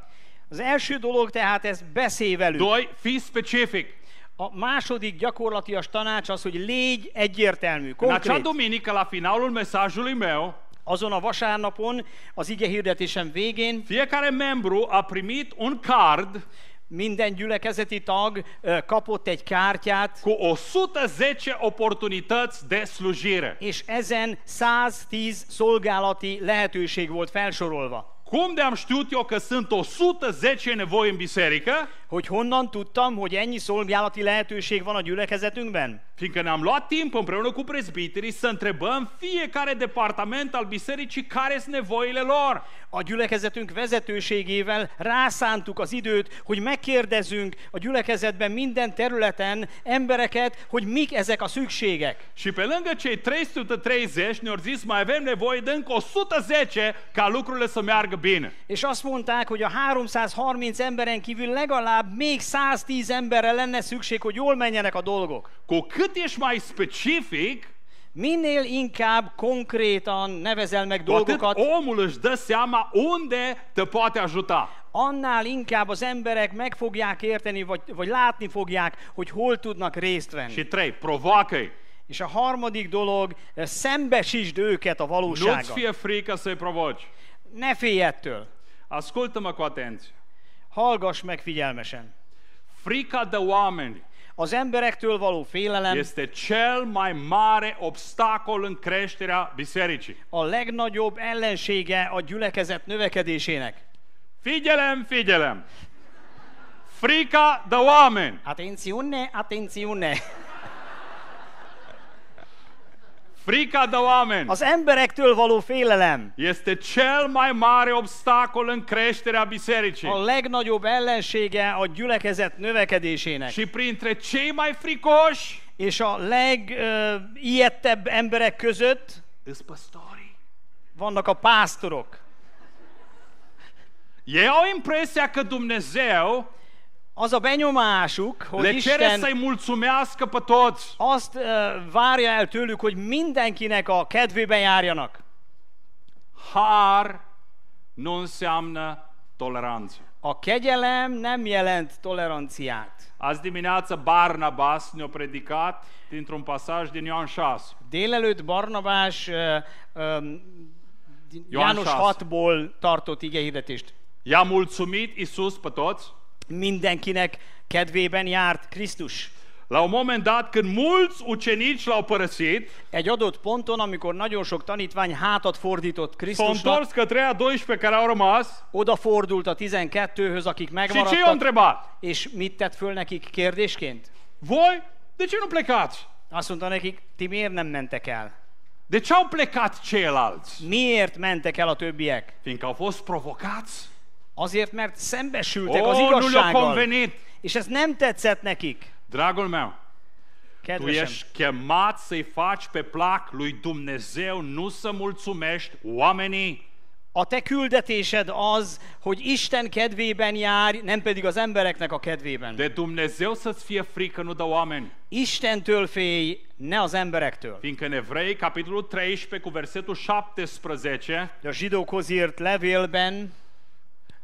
Speaker 3: Az első dolog tehát ez beszél velük.
Speaker 1: doi, fii specific.
Speaker 3: A második gyakorlatias tanács az, hogy légy egyértelmű,
Speaker 1: În acea
Speaker 3: konkrét.
Speaker 1: duminică, la finalul mesajului meu,
Speaker 3: Azon a vasárnapon, az ige hirdetésem végén
Speaker 1: fiecare membru a primit un card
Speaker 3: minden gyülekezeti tag ö, kapott egy kártyát,
Speaker 1: cu 110 oportunități de slujire.
Speaker 3: és ezen 110 szolgálati lehetőség volt felsorolva.
Speaker 1: Cum de am știut eu că sunt 110 nevoi în biserică?
Speaker 3: Hogy honnan tudtam, hogy ennyi szolgálati lehetőség van a gyülekezetünkben?
Speaker 1: Fiindcă ne-am luat timp împreună cu prezbiterii să întrebăm fiecare departament al bisericii care sunt nevoile lor.
Speaker 3: A gyülekezetünk vezetőségével rászántuk az időt, hogy megkérdezzünk a gyülekezetben minden területen embereket, hogy mik ezek a szükségek.
Speaker 1: Și pe lângă cei 330 ne-au zis mai avem nevoie de încă 110 ca lucrurile să meargă bine.
Speaker 3: És azt mondták, hogy a 330 emberen kívül legalább még 110 emberre lenne szükség, hogy jól menjenek a dolgok.
Speaker 1: Cu cât ești mai specific,
Speaker 3: Minél inkább konkrétan nevezel meg
Speaker 1: cu atât
Speaker 3: dolgokat,
Speaker 1: omul își dă seama unde te poate ajuta.
Speaker 3: annál inkább az emberek meg fogják érteni, vagy, vagy látni fogják, hogy hol tudnak részt venni.
Speaker 1: Și trei, provoacă-i.
Speaker 3: És a harmadik dolog, eh, szembesítsd őket a
Speaker 1: Nu-ți
Speaker 3: valósággal.
Speaker 1: fie frică să-i provoci.
Speaker 3: Ne félj ettől.
Speaker 1: Ascultă-mă cu atenție.
Speaker 3: Hallgass meg figyelmesen.
Speaker 1: Frica de oameni
Speaker 3: Az emberektől való félelem
Speaker 1: este cel mai mare obstacol în creșterea bisericii.
Speaker 3: a legnagyobb ellensége a gyülekezet növekedésének.
Speaker 1: Figyelem, figyelem! Frica de oameni!
Speaker 3: Attenzione, attenzione!
Speaker 1: Frica de oameni
Speaker 3: Az emberektől való félelem
Speaker 1: este cel mai mare obstacol în creșterea
Speaker 3: a
Speaker 1: bisericii.
Speaker 3: legnagyobb ellensége a gyülekezet növekedésének.
Speaker 1: Și printre cei mai fricoși
Speaker 3: És a legijettebb emberek között
Speaker 1: îs păstorii.
Speaker 3: vannak a pásztorok.
Speaker 1: Ei au impresia că Dumnezeu
Speaker 3: Az a benyomásuk, hogy
Speaker 1: le cere
Speaker 3: Isten
Speaker 1: să-i mulțumească pe toți.
Speaker 3: azt ö, várja el tőlük, hogy mindenkinek a kedvébe járjanak.
Speaker 1: Har nu înseamnă toleranță.
Speaker 3: A kegyelem nem jelent toleranciát.
Speaker 1: Azi dimineață Barnabas ne-a predicat dintr-un pasaj din Ioan 6.
Speaker 3: Délelőtt Barnabás ö, ö,
Speaker 1: Ioan
Speaker 3: János
Speaker 1: 6.
Speaker 3: 6-ból tartott igehirdetést.
Speaker 1: I-a mulțumit Isus pe toți.
Speaker 3: Mindenkinek kedvében járt Krisztus.
Speaker 1: La un moment dat, când mulți ucenici l-au părăsit,
Speaker 3: Egy adott ponton, amikor nagyon sok tanítvány hátat fordított
Speaker 1: s-au
Speaker 3: Krisztusnak,
Speaker 1: întors către a 12 care au rămas
Speaker 3: odafordult a 12-höz, akik
Speaker 1: și ce i-au
Speaker 3: megmaradtak,
Speaker 1: întrebat?
Speaker 3: és mit tett föl nekik kérdésként?
Speaker 1: Voi, de ce nu plecați?
Speaker 3: Azt mondta nekik, ti miért nem mentek el?
Speaker 1: De ce au plecat ceilalți?
Speaker 3: Miért mentek el a többiek?
Speaker 1: Fiindcă au fost provocați.
Speaker 3: Azért, mert szembesültek az
Speaker 1: Oh, nu le-a
Speaker 3: igazsággal.
Speaker 1: convenit.
Speaker 3: És ez nem tetszett nekik.
Speaker 1: Dragul meu, tu
Speaker 3: Kedvesem,
Speaker 1: ești chemat să-i faci pe plac lui Dumnezeu, nu să mulțumești oamenii.
Speaker 3: a te küldetésed az, hogy Isten kedvében járj, nem pedig az embereknek a kedvében.
Speaker 1: De Dumnezeu să-ți fie frică, nu de oameni.
Speaker 3: Istentől félj, ne az emberektől.
Speaker 1: Fiindcă în Evrei, capitolul 13, cu versetul 17,
Speaker 3: A zsidókhoz írt levélben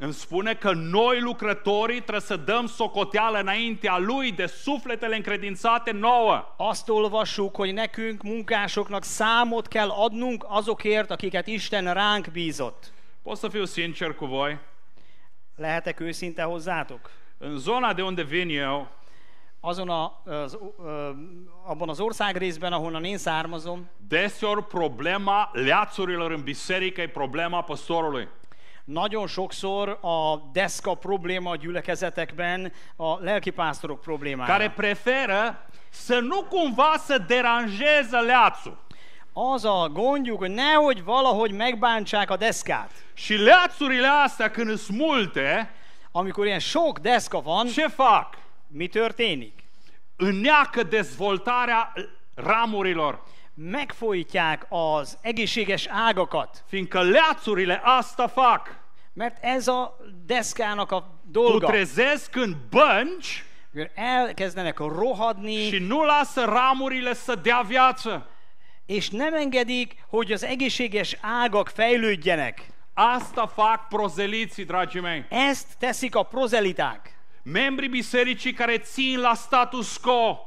Speaker 1: îmi spune că noi lucrătorii trebuie să dăm socoteală înaintea Lui de sufletele încredințate nouă.
Speaker 3: azt olvassuk, hogy nekünk, munkásoknak számot kell adnunk azokért, akiket Isten ránk bízott.
Speaker 1: Pot să fiu sincer cu voi?
Speaker 3: Lehetek őszinte hozzátok?
Speaker 1: În zona de unde vin eu,
Speaker 3: Azon a, az, ö, abban az országrészben, ahonnan én származom,
Speaker 1: deseori problema leațurilor în biserică e problema păstorului.
Speaker 3: nagyon sokszor a deszka probléma a gyülekezetekben a lelkipásztorok problémája.
Speaker 1: Care preferă să nu cumva să deranjeze leațul.
Speaker 3: Az a gondjuk, hogy nehogy valahogy megbántsák a deszkát.
Speaker 1: Și leațurile astea când sunt multe,
Speaker 3: Amikor ilyen sok deszka van,
Speaker 1: ce fac?
Speaker 3: mi történik?
Speaker 1: Îneacă dezvoltarea ramurilor.
Speaker 3: megfojtják az egészséges ágakat,
Speaker 1: Fiindcă leațurile asta fac.
Speaker 3: mert ez a deszkának a
Speaker 1: Tu
Speaker 3: dolga.
Speaker 1: trezesc în bănci
Speaker 3: Amikor Elkezdenek rohadni,
Speaker 1: și nu lasă ramurile să dea viață.
Speaker 3: és nem engedik, hogy az egészséges ágak fejlődjenek.
Speaker 1: Asta fac prozeliții, dragii mei.
Speaker 3: Ezt teszik a prozeliták.
Speaker 1: Membrii bisericii care țin la status quo.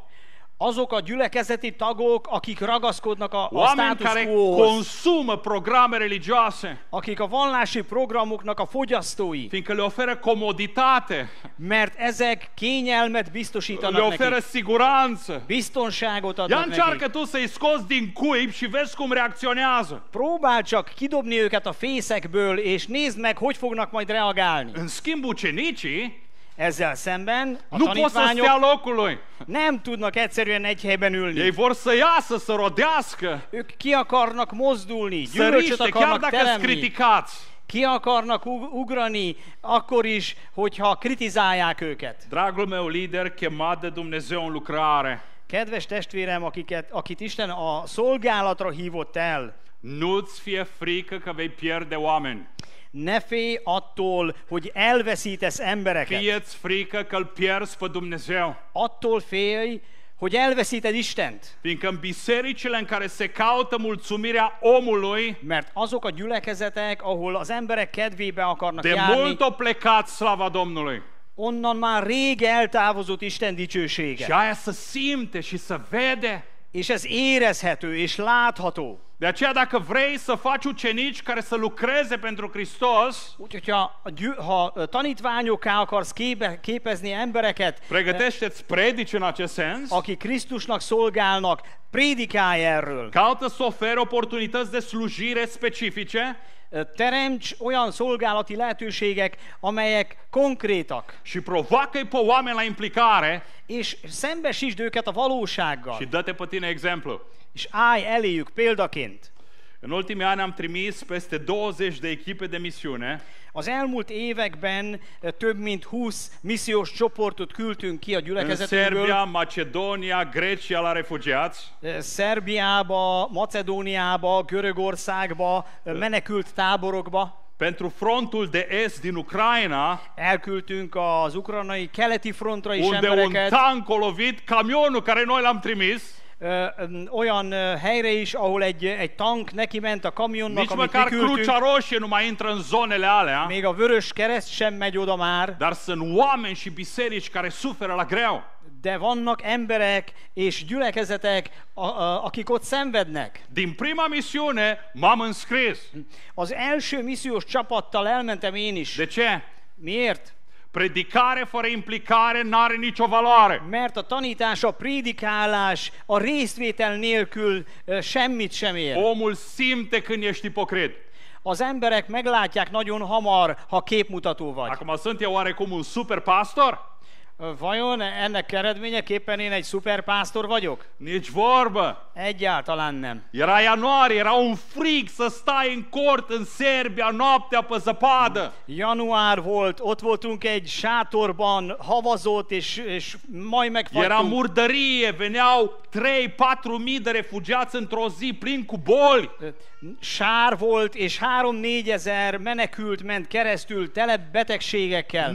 Speaker 3: Azok a gyülekezeti tagok, akik ragaszkodnak a, a
Speaker 1: Oameni
Speaker 3: status
Speaker 1: care
Speaker 3: quo
Speaker 1: consumă programe religioase,
Speaker 3: akik a vallási programoknak a fogyasztói,
Speaker 1: fiindcă le oferă comoditate,
Speaker 3: mert ezek kényelmet
Speaker 1: le
Speaker 3: biztosítanak
Speaker 1: oferă
Speaker 3: nekik,
Speaker 1: siguranță.
Speaker 3: biztonságot
Speaker 1: Ia
Speaker 3: adnak nekik.
Speaker 1: încearcă tu să-i scoți din cuib și vezi cum reacționează.
Speaker 3: Próbál csak kidobni őket a fészekből, és nézd meg, hogy fognak majd reagálni.
Speaker 1: În schimb, ucenicii
Speaker 3: Ezzel szemben a
Speaker 1: nu pot să
Speaker 3: tanítványok
Speaker 1: stea locului.
Speaker 3: nem tudnak egyszerűen egy helyben ülni.
Speaker 1: Ei vor să iasă, să rodească,
Speaker 3: Ők ki akarnak mozdulni,
Speaker 1: să
Speaker 3: gyümölcsöt
Speaker 1: riște, chiar
Speaker 3: akarnak
Speaker 1: dacă sunt
Speaker 3: teremni,
Speaker 1: criticați.
Speaker 3: ki akarnak ug- ugrani, akkor is, hogyha kritizálják őket.
Speaker 1: Dragul meu lider chemat de Dumnezeu în lucrare,
Speaker 3: Kedves testvérem, akiket, akit Isten a szolgálatra hívott el,
Speaker 1: nu-ți fie frică că vei pierde oameni.
Speaker 3: ne félj attól, hogy elveszítesz embereket.
Speaker 1: Fie-ți frică că îl pierzi pe Dumnezeu.
Speaker 3: Attól félj, hogy elveszíted Istent.
Speaker 1: Fiindcă în bisericile în care se caută mulțumirea omului,
Speaker 3: Mert azok a gyülekezetek, ahol az emberek kedvébe akarnak
Speaker 1: de
Speaker 3: járni,
Speaker 1: mult au plecat slava Domnului.
Speaker 3: onnan már rég eltávozott Isten dicsősége.
Speaker 1: Și aia se simte și se vede.
Speaker 3: És ez érezhető és látható.
Speaker 1: De aceea dacă vrei să faci ucenici care să lucreze pentru Hristos,
Speaker 3: Úgyhogy ha, a gyü- ha ö, tanítványokká akarsz képe- képezni embereket,
Speaker 1: pregătește-ți predici în acest sens,
Speaker 3: akik Krisztusnak szolgálnak, prédikálj erről.
Speaker 1: caută să ofere oportunități de slujire specifice
Speaker 3: Ö, Teremts olyan szolgálati lehetőségek, amelyek konkrétak,
Speaker 1: și provoacă-i pe oameni la implicare
Speaker 3: és szembesítsd őket a valósággal.
Speaker 1: și dă-te pe tine exemplu.
Speaker 3: és állj eléjük példaként.
Speaker 1: În ultimii ani am trimis peste 20 de echipe de misiune
Speaker 3: Az elmúlt években ö, több mint 20 missziós csoportot küldtünk ki a
Speaker 1: în
Speaker 3: gyülekezetünkből.
Speaker 1: Serbia, Macedonia, Grecia la refugiați,
Speaker 3: Ö, Szerbiába, Macedóniába, Görögországba, ö, menekült táborokba.
Speaker 1: pentru frontul de est din Ucraina,
Speaker 3: Elküldtünk az ukrajnai keleti frontra is
Speaker 1: unde un
Speaker 3: embereket.
Speaker 1: tank a lovit camionul care noi l-am trimis,
Speaker 3: Ö, ö, olyan ö, helyre is, ahol egy, egy tank neki ment a kamionnak,
Speaker 1: nici
Speaker 3: amit
Speaker 1: măcar
Speaker 3: mi küldtünk.
Speaker 1: Crucea Roșie nu mai intră în zonele alea,
Speaker 3: Még a Vörös Kereszt sem megy oda már,
Speaker 1: dar sunt oameni și biserici care suferă la greu.
Speaker 3: de vannak emberek és gyülekezetek, a, a, akik ott szenvednek.
Speaker 1: Din prima misiune m-am înscris.
Speaker 3: Az első missziós csapattal elmentem én is.
Speaker 1: De ce?
Speaker 3: Miért?
Speaker 1: Predicare fără implicare n-are nicio valoare.
Speaker 3: Mert a tanítás, a prédikálás a részvétel nélkül ö, semmit sem ér.
Speaker 1: Omul simte când ești ipocrit.
Speaker 3: Az emberek meglátják nagyon hamar, ha képmutató vagy.
Speaker 1: Acum sunt eu oarecum un super pastor?
Speaker 3: Ö, Vajon ennek eredményeképpen én egy szuperpásztor vagyok?
Speaker 1: Nici vorbă.
Speaker 3: Egyáltalán nem.
Speaker 1: Era ianuarie, era un frig să stai în cort în Serbia noaptea pe zăpadă.
Speaker 3: Január volt, ott voltunk egy sátorban, havazott, és, és majd
Speaker 1: Era
Speaker 3: megfagytunk.
Speaker 1: murdărie, veneau 3-4 mii de refugiați într-o zi plin cu boli.
Speaker 3: Sár volt, és három-négy ezer menekült ment keresztül, tele betegségekkel.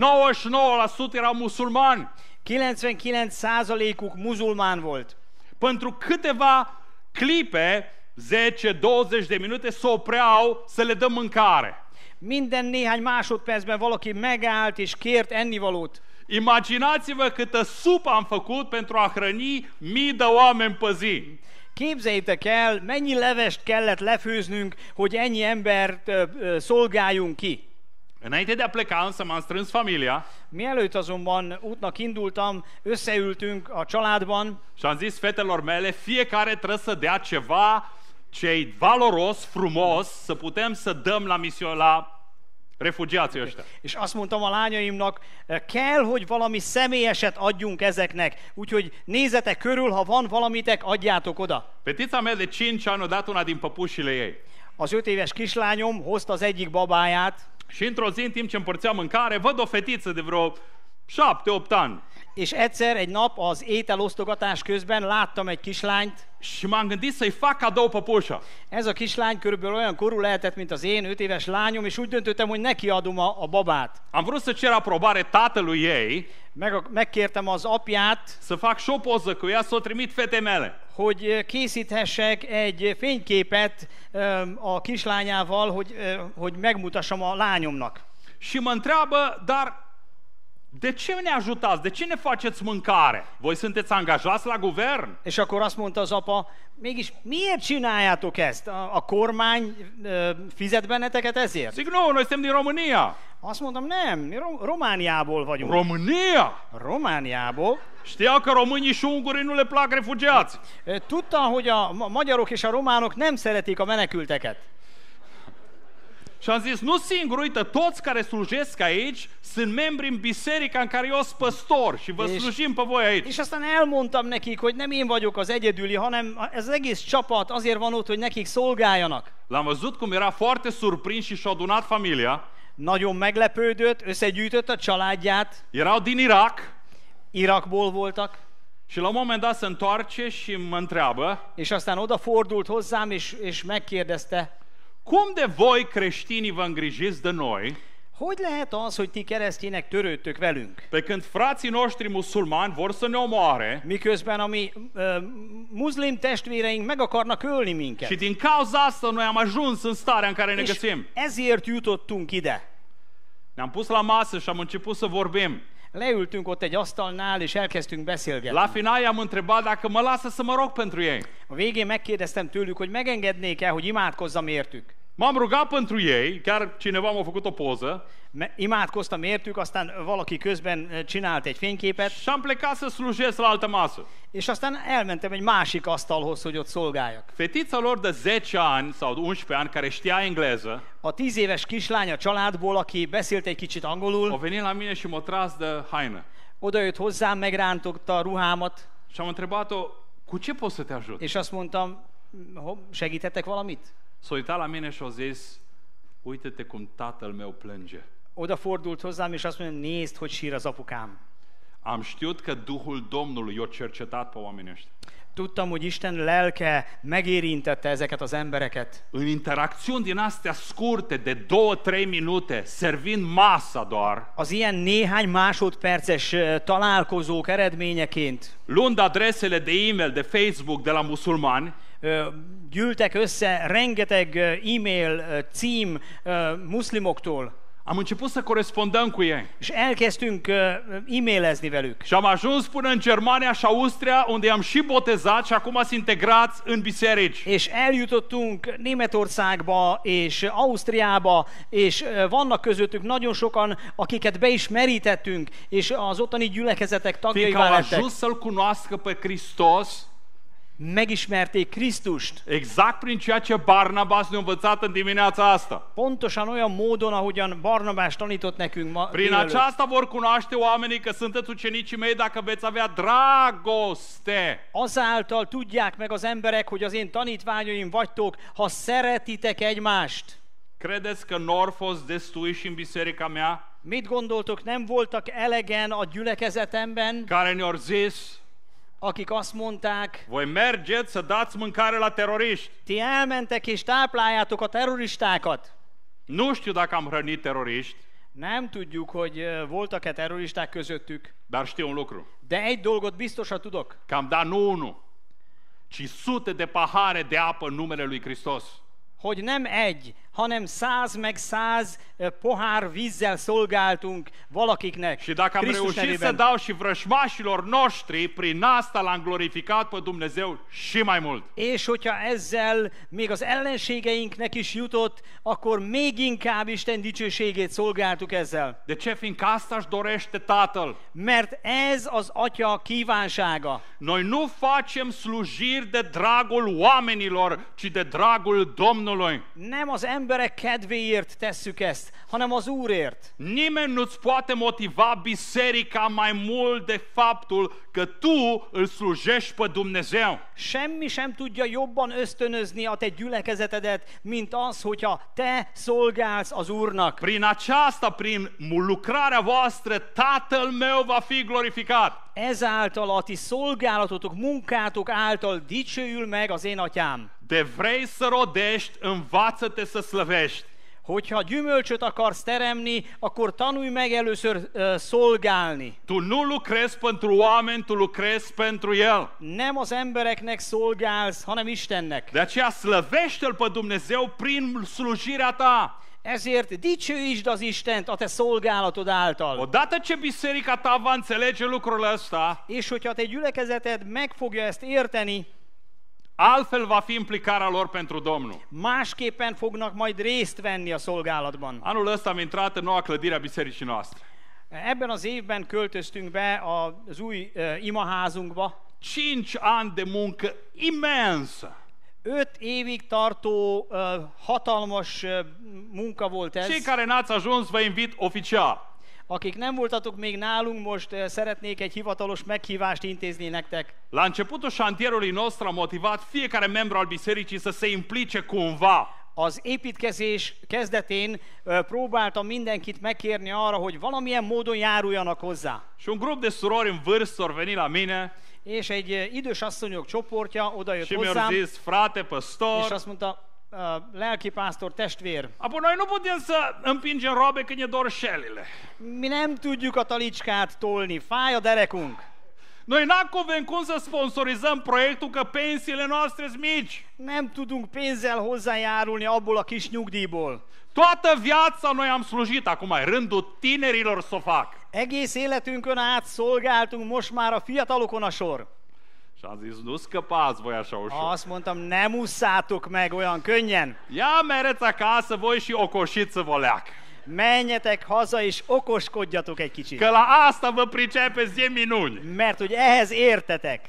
Speaker 1: 99% erau musulmani.
Speaker 3: 99%-uk muzulmán volt.
Speaker 1: Pentru câteva clipe, 10-20 de minute, se opreau să le dăm mâncare.
Speaker 3: Minden néhány másodpercben valaki megállt és kért ennivalót.
Speaker 1: Imaginați-vă câtă supă am făcut pentru a hrăni mii de oameni pe zi.
Speaker 3: Képzeljétek el, mennyi levest kellett lefőznünk, hogy ennyi embert ö, ö, szolgáljunk ki.
Speaker 1: Înainte de a pleca însă m-am strâns familia
Speaker 3: Mielőtt azonban útnak indultam, összeültünk a családban,
Speaker 1: și am zis fetelor mele, fiecare trebuie să dea ceva ce valoros, frumos, să putem să dăm la misiune, la refugiații ăștia.
Speaker 3: és azt mondtam a lányaimnak, kell, hogy valami személyeset adjunk ezeknek, úgyhogy nézzetek körül, ha van valamitek, adjátok oda.
Speaker 1: Petița mea de 5 ani a dat una din păpușile ei.
Speaker 3: Az öt éves kislányom hozta az egyik babáját,
Speaker 1: Și într-o zi, în timp ce împărțeam mâncare, văd o fetiță de vreo 7-8 ani.
Speaker 3: és egyszer egy nap az ételosztogatás közben láttam egy kislányt,
Speaker 1: Și m-am gândit să-i fac cadou păpușa.
Speaker 3: ez a kislány körülbelül olyan korú lehetett, mint az én öt éves lányom, és úgy döntöttem, hogy neki adom a, a babát.
Speaker 1: Am vrut să cer aprobare tatălui ei,
Speaker 3: Meg, megkértem az apját,
Speaker 1: să fac și o poză cu ea, să o trimit fete mele.
Speaker 3: hogy ö, készíthessek egy fényképet ö, a kislányával, hogy, ö, hogy megmutassam a lányomnak.
Speaker 1: Și mă întreabă, dar de ce ne ajutați? De ce ne faceți mâncare? Voi sunteți angajați la guvern?
Speaker 3: És akkor azt mondta az apa, mégis miért csináljátok ezt? A, a kormány ö, fizet benneteket ezért?
Speaker 1: Zic, nu, noi suntem din România.
Speaker 3: Azt mondom, nem, mi Ro- Romániából vagyunk.
Speaker 1: România!
Speaker 3: Romániából.
Speaker 1: Știau că românii și ungurii nu le plac refugiați.
Speaker 3: Ö, Tudta, hogy a ma- magyarok és a románok nem szeretik a menekülteket.
Speaker 1: Și am zis, nu singur, uite, toți care slujesc aici sunt membri în biserica în care eu sunt păstor și vă
Speaker 3: Ești-
Speaker 1: slujim pe voi aici.
Speaker 3: És aztán elmondtam nekik, hogy nem én vagyok az egyedüli, hanem a- ez az egész csapat azért van ott, hogy nekik szolgáljanak.
Speaker 1: L-am văzut cum era foarte surprins și și-a adunat familia.
Speaker 3: Nagyon meglepődött, összegyűjtött a családját,
Speaker 1: Erau din Irak
Speaker 3: Irakból voltak,
Speaker 1: și la un moment dat se întoarce și mă întreabă,
Speaker 3: és aztán odafordult hozzám, és, és megkérdezte,
Speaker 1: cum de voi creștinii vă îngrijiți de noi,
Speaker 3: hogy lehet az, hogy ti keresztények törődtök velünk?
Speaker 1: pe când frații noștri musulmani vor să ne omoare
Speaker 3: Miközben a mi ö, muzlim testvéreink meg akarnak ölni
Speaker 1: și
Speaker 3: minket.
Speaker 1: din cauza asta noi am ajuns în starea în care ne
Speaker 3: És
Speaker 1: găsim.
Speaker 3: ezért jutottunk ide.
Speaker 1: Ne-am pus la masă și am început să vorbim.
Speaker 3: Leültünk ott egy asztalnál, és elkezdtünk beszélgetni.
Speaker 1: La final i-am întrebat dacă mă lasă să mă rog pentru ei.
Speaker 3: A végén megkérdeztem tőlük, hogy megengednék-e, hogy imádkozzam értük.
Speaker 1: M-am rugat pentru ei, chiar cineva mi-a făcut o poză
Speaker 3: Me- imádkoztam értük, aztán valaki közben ö, csinált egy fényképet,
Speaker 1: și am plecat să slujesc la altă masă.
Speaker 3: és aztán elmentem egy másik asztalhoz, hogy ott szolgáljak.
Speaker 1: Fetița lor de 10 ani sau 11 ani, care știa engleză,
Speaker 3: A tíz éves kislány a családból, aki beszélt egy kicsit
Speaker 1: a
Speaker 3: angolul,
Speaker 1: venit la mine și m-a tras de haină.
Speaker 3: odajött hozzám, megrántotta a ruhámat,
Speaker 1: Și am întrebat-o, Cu ce pot să te ajut?
Speaker 3: És azt mondtam, "Ho- segíthetek valamit?
Speaker 1: S-a uitat la mine și a zis, uite-te cum tatăl meu plânge.
Speaker 3: Odafordult hozzám, és azt mondja, nézd, hogy sír az apukám.
Speaker 1: Am știut că Duhul Domnului i-a cercetat pe oamenii ăștia.
Speaker 3: Tudtam, hogy Isten lelke megérintette ezeket az embereket.
Speaker 1: În interacțiuni din astea scurte, de 2-3 minute, servind masa doar,
Speaker 3: Az ilyen néhány másodperces ö, találkozók eredményeként
Speaker 1: luând adresele de e-mail, de Facebook de la musulmani,
Speaker 3: ö, gyűltek össze rengeteg ö, e-mail ö, cím ö, muszlimoktól,
Speaker 1: am început să corespondăm cu ei.
Speaker 3: és elkezdtünk ö, e-mailezni velük.
Speaker 1: Și am ajuns până în Germania și Austria, unde am și botezat și acum sunt integrați în biserici.
Speaker 3: És eljutottunk Németországba és Ausztriába, és ö, vannak közöttük nagyon sokan, akiket be is merítettünk, és az ottani gyülekezetek
Speaker 1: Fiindcă au
Speaker 3: tagjaivá lettek.
Speaker 1: ajuns să-L cunoască pe Hristos
Speaker 3: Megismerték Krisztust,
Speaker 1: exact prin ceea ce Barnabas ne-a învățat în dimineața asta.
Speaker 3: pontosan olyan módon, ahogyan Barnabás tanított nekünk ma
Speaker 1: Prin
Speaker 3: délelőtt.
Speaker 1: aceasta vor cunoaște oamenii că sunteți ucenicii mei dacă veți avea dragoste.
Speaker 3: Azáltal tudják meg az emberek, hogy az én tanítványaim vagytok, ha szeretitek egymást.
Speaker 1: Credeți că n-au fost destui și în biserica mea
Speaker 3: Mit gondoltok, nem voltak elegen a gyülekezetemben,
Speaker 1: care ne-au zis
Speaker 3: akik azt mondták,
Speaker 1: voi mergeți să dați mâncare la teroriști.
Speaker 3: ti elmentek és tápláljátok a terroristákat?
Speaker 1: Nu știu dacă am hrănit teroriști,
Speaker 3: Nem tudjuk, hogy ö, voltak-e terroristák közöttük,
Speaker 1: dar știu un lucru.
Speaker 3: de egy dolgot biztosan tudok.
Speaker 1: Că am dat nu unul, ci sute de pahare de apă în numele lui Hristos.
Speaker 3: hogy nem egy, hanem száz meg száz ö, pohár vízzel szolgáltunk valakiknek.
Speaker 1: Și dacă am
Speaker 3: Krisztus
Speaker 1: reușit să
Speaker 3: nevében.
Speaker 1: dau și vrășmașilor noștri, prin asta l-am glorificat pe Dumnezeu și mai mult.
Speaker 3: És hogyha ezzel még az ellenségeinknek is jutott, akkor még inkább Isten dicsőségét szolgáltuk ezzel.
Speaker 1: De ce? Fiindcă asta își dorește Tatăl.
Speaker 3: Mert ez az Atya kívánsága.
Speaker 1: Noi nu facem slujiri de dragul oamenilor, ci de dragul Domnului.
Speaker 3: Nem az emberek kedvéért tesszük ezt, hanem az Úrért.
Speaker 1: Nimeni nu-ți poate motiva biserica mai mult de faptul că tu îl slujești pe Dumnezeu.
Speaker 3: Semmi sem tudja jobban ösztönözni a te gyülekezetedet, mint az, hogyha te szolgálsz az Úrnak.
Speaker 1: Prin aceasta, prin lucrarea voastră, Tatăl meu va fi glorificat.
Speaker 3: Ezáltal a ti szolgálatotok, munkátok által dicsőül meg az én atyám.
Speaker 1: De vrei să rodești, învață-te să slăvești.
Speaker 3: Hogyha gyümölcsöt akarsz teremni, akkor tanulj meg először ö, szolgálni.
Speaker 1: Tu nu lucrezi pentru oameni, tu lucrezi pentru El.
Speaker 3: Nem az embereknek szolgálsz, hanem Istennek.
Speaker 1: De aceea slăvește-L pe Dumnezeu prin slujirea ta.
Speaker 3: Ezért dicsőítsd az Istent a te szolgálatod által.
Speaker 1: Odată ce biserica ta va înțelege lucrul ăsta,
Speaker 3: És hogyha a te gyülekezeted meg fogja ezt érteni,
Speaker 1: altfel va fi implicarea lor pentru Domnul.
Speaker 3: másképpen fognak majd részt venni a szolgálatban.
Speaker 1: Anul ăsta am intrat în noua clădire a bisericii noastre.
Speaker 3: Ebben az évben költöztünk be az új ö, imaházunkba,
Speaker 1: Cinci ani de muncă imensă.
Speaker 3: Öt évig tartó ö, hatalmas ö, munka volt ez.
Speaker 1: Cei care n-ați ajuns, vă invit oficial.
Speaker 3: Akik nem voltatok még nálunk, most ö, szeretnék egy hivatalos meghívást intézni nektek.
Speaker 1: La începutul șantierului nostru am motivat fiecare membru al bisericii să se implice cumva.
Speaker 3: Az építkezés kezdetén ö, próbáltam mindenkit megkérni arra, hogy valamilyen módon járuljanak hozzá.
Speaker 1: Și un grup de surori în vârstă au venit la mine
Speaker 3: És egy ö, idős asszonyok csoportja odajött
Speaker 1: și mi-au
Speaker 3: hozzám,
Speaker 1: zis, frate,
Speaker 3: és
Speaker 1: păstor,
Speaker 3: azt mondta, ö, lelkipásztor, testvér,
Speaker 1: Apoi noi nu putem să împingem roabe când e dor șelile.
Speaker 3: mi nem tudjuk a talicskát tolni, fáj a derekunk.
Speaker 1: Noi n-am conven cum să sponsorizăm proiectul că pensiile noastre sunt mici.
Speaker 3: Nem tudunk pénzzel hozzájárulni abból a kis nyugdíjból.
Speaker 1: Toată viața noi am slujit, acum e rândul tinerilor să o fac.
Speaker 3: Egész életünkön át szolgáltunk, most már a fiatalokon a sor.
Speaker 1: Și am zis, nu scăpați voi așa ușor.
Speaker 3: Azt mondtam, nem usszátok meg olyan könnyen.
Speaker 1: Ia mereți acasă voi și ocoșiți să vă leac.
Speaker 3: Menjetek haza és okoskodjatok egy kicsit.
Speaker 1: Că la asta vă pricepeți de minuni.
Speaker 3: Mert hogy ehhez értetek.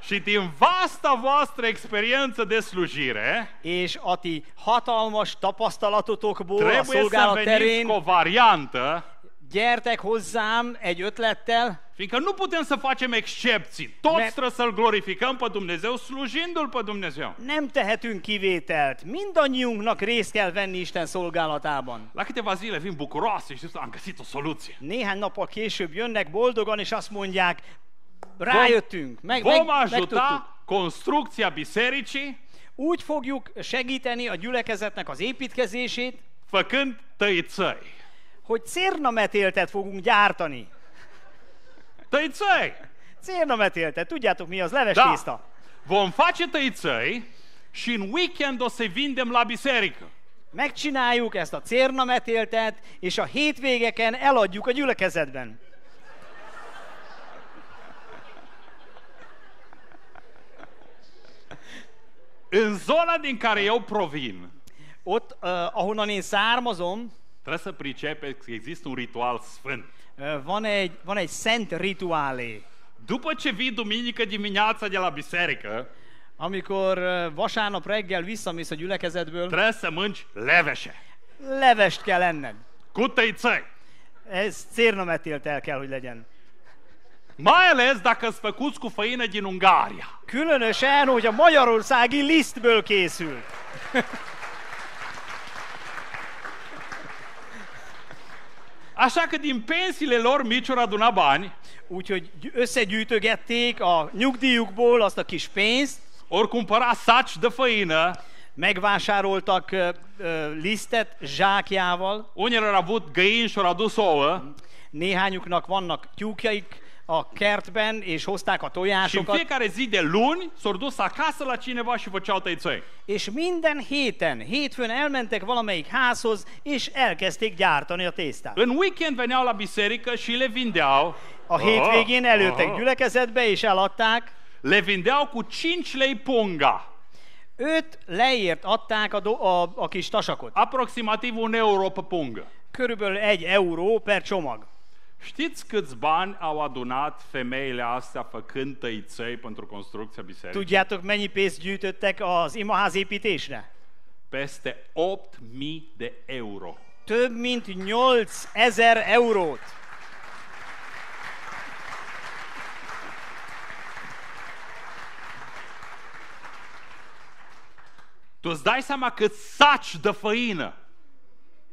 Speaker 1: Și din vasta voastră experiență de slujire,
Speaker 3: És a ti hatalmas tapasztalatotokból a
Speaker 1: trebuie să
Speaker 3: szolgálat
Speaker 1: veniți cu o
Speaker 3: terén
Speaker 1: variantă
Speaker 3: gyertek hozzám egy ötlettel,
Speaker 1: Fiindcă nu putem să facem excepții. Toți
Speaker 3: Ne-
Speaker 1: trebuie să-L glorificăm pe Dumnezeu, slujindu-L pe Dumnezeu.
Speaker 3: Nem tehetünk kivételt. Mindannyiunknak részt kell venni Isten szolgálatában.
Speaker 1: La câteva zile vin bucuroase și zic, am găsit o soluție.
Speaker 3: Néhány nappal később jönnek boldogan, és azt mondják, rájöttünk, meg, meg,
Speaker 1: Vom
Speaker 3: megtudtuk.
Speaker 1: ajuta construcția bisericii
Speaker 3: Úgy fogjuk segíteni a gyülekezetnek az építkezését,
Speaker 1: făcând tăițăi.
Speaker 3: hogy cérnametéltet fogunk gyártani.
Speaker 1: Tăițăi!
Speaker 3: Cérnametéltet, tudjátok mi az? Leves
Speaker 1: Da.
Speaker 3: tészta.
Speaker 1: Vom face tăițăi și în weekend o să vindem la biserică.
Speaker 3: Megcsináljuk ezt a cérnametéltet, és a hétvégeken eladjuk a gyülekezetben.
Speaker 1: În zona din care eu provin,
Speaker 3: Ott, uh, ahonnan én származom,
Speaker 1: trebuie să pricepeți că există un ritual sfânt.
Speaker 3: ö, van egy, van egy szent rituálé.
Speaker 1: După ce vii duminică dimineața de la biserică,
Speaker 3: Amikor ö, vasárnap reggel visszamész a gyülekezetből,
Speaker 1: trebuie să mânci leveșe
Speaker 3: levest kell enned.
Speaker 1: cu tăițăi.
Speaker 3: Ez cérnametéltel kell, hogy legyen.
Speaker 1: Mai ales dacă îți făcuți cu făină din Ungaria.
Speaker 3: Különösen, hogy a magyarországi lisztből készül.
Speaker 1: Așa că din pensiile lor mici ori aduna bani,
Speaker 3: Úgyhogy gy- összegyűjtögették a nyugdíjukból azt a kis pénzt,
Speaker 1: ori cumpăra saci de făină,
Speaker 3: megvásároltak ö, ö, lisztet zsákjával,
Speaker 1: unii au avut găini și au adus ouă,
Speaker 3: néhányuknak vannak tyúkjaik a kertben, és hozták a
Speaker 1: Și în
Speaker 3: tojásokat,
Speaker 1: fiecare zi de luni s-au dus acasă la cineva și făceau tăițăi.
Speaker 3: és minden héten, hétfőn elmentek valamelyik házhoz, és elkezdték gyártani a tésztát.
Speaker 1: În weekend veneau la biserică și le vindeau.
Speaker 3: A hétvégén előttek
Speaker 1: aha.
Speaker 3: gyülekezetbe, és eladták,
Speaker 1: Le vindeau cu 5 lei punga,
Speaker 3: öt leért adták a, do- a, a kis tasakot.
Speaker 1: aproximativ un euro pe pungă.
Speaker 3: Körülbelül egy euró per csomag.
Speaker 1: Știți câți bani au adunat femeile astea făcând tăițăi pentru construcția bisericii?
Speaker 3: Tudjátok, mennyi pénzt gyűjtöttek az imaház építésre?
Speaker 1: Peste 8.000 de euro.
Speaker 3: Több mint 8000 eurót.
Speaker 1: Tu îți dai seama cât saci de făină,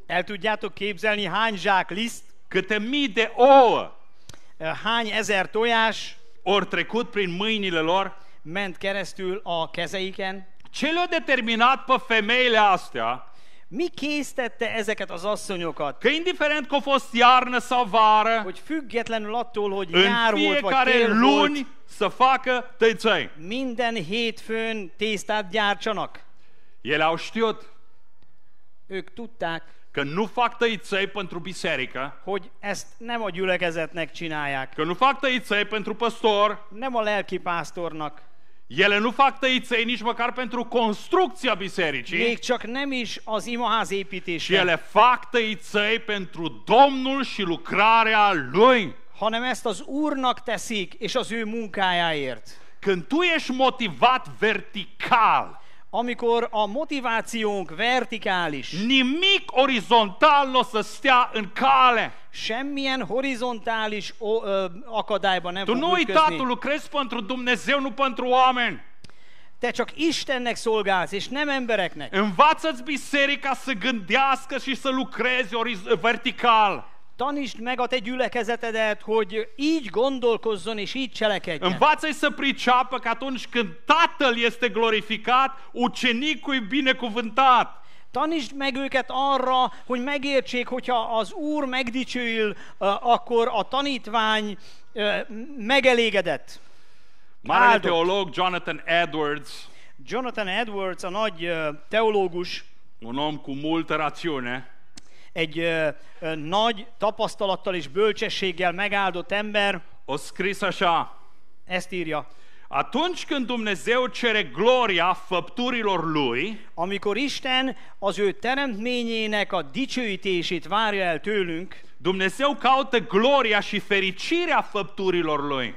Speaker 3: El tudjátok képzelni hány zsák liszt,
Speaker 1: câte mii de ouă
Speaker 3: eh, hány ezer tojás
Speaker 1: ori trecut prin mâinile lor
Speaker 3: ment keresztül a kezeiken?
Speaker 1: Ce le-a determinat pe femeile astea
Speaker 3: Mi késztette ezeket az asszonyokat,
Speaker 1: că indiferent că a fost iarnă sau vară,
Speaker 3: hogy függetlenül attól, hogy nyár
Speaker 1: în
Speaker 3: volt vagy
Speaker 1: fiecare
Speaker 3: tél volt,
Speaker 1: luni să facă tăițăi.
Speaker 3: minden hétfőn tésztát gyártsanak?
Speaker 1: Ele au știut
Speaker 3: Ők tudták,
Speaker 1: că nu fac tăițăi pentru biserică,
Speaker 3: hogy ezt nem a gyülekezetnek csinálják,
Speaker 1: că nu fac tăițăi pentru păstor,
Speaker 3: nem a lelkipásztornak,
Speaker 1: ele nu fac tăițăi nici măcar pentru construcția
Speaker 3: még
Speaker 1: bisericii,
Speaker 3: csak nem is az imaház
Speaker 1: și
Speaker 3: építésre,
Speaker 1: ele fac tăițăi pentru Domnul și lucrarea Lui.
Speaker 3: hanem ezt az Úrnak teszik, és az ő munkájáért.
Speaker 1: Când tu ești motivat vertical,
Speaker 3: Amikor a motivációnk vertikális,
Speaker 1: Nimic orizontal nu o să stea în cale.
Speaker 3: semmilyen horizontális o, ö, akadályban nem
Speaker 1: Tu nu
Speaker 3: fog
Speaker 1: uita,
Speaker 3: ütközni.
Speaker 1: tu lucrezi pentru Dumnezeu, nu pentru oameni.
Speaker 3: Te csak Istennek szolgálsz, és nem embereknek.
Speaker 1: Învață-ți biserica să gândească și să lucrezi oriz- vertical.
Speaker 3: Tanítsd meg a te gyülekezetedet, hogy így gondolkozzon és így cselekedjen.
Speaker 1: Învață-i să priceapă că atunci când tatăl este glorificat, ucenicul e binecuvântat.
Speaker 3: Tanítsd meg őket arra, hogy megértsék, hogyha az Úr megdicsőül, ö, akkor a tanítvány ö, megelégedett.
Speaker 1: Marele
Speaker 3: Áldott.
Speaker 1: teolog Jonathan Edwards,
Speaker 3: Jonathan Edwards, a nagy ö, teológus,
Speaker 1: un om cu multă rațiune,
Speaker 3: egy ö, ö, nagy tapasztalattal és bölcsességgel megáldott ember,
Speaker 1: o scris așa,
Speaker 3: ezt írja.
Speaker 1: atunci când Dumnezeu cere gloria făpturilor lui,
Speaker 3: Amikor Isten az ő teremtményének a dicsőítését várja el tőlünk,
Speaker 1: Dumnezeu caută gloria și fericirea făpturilor Lui.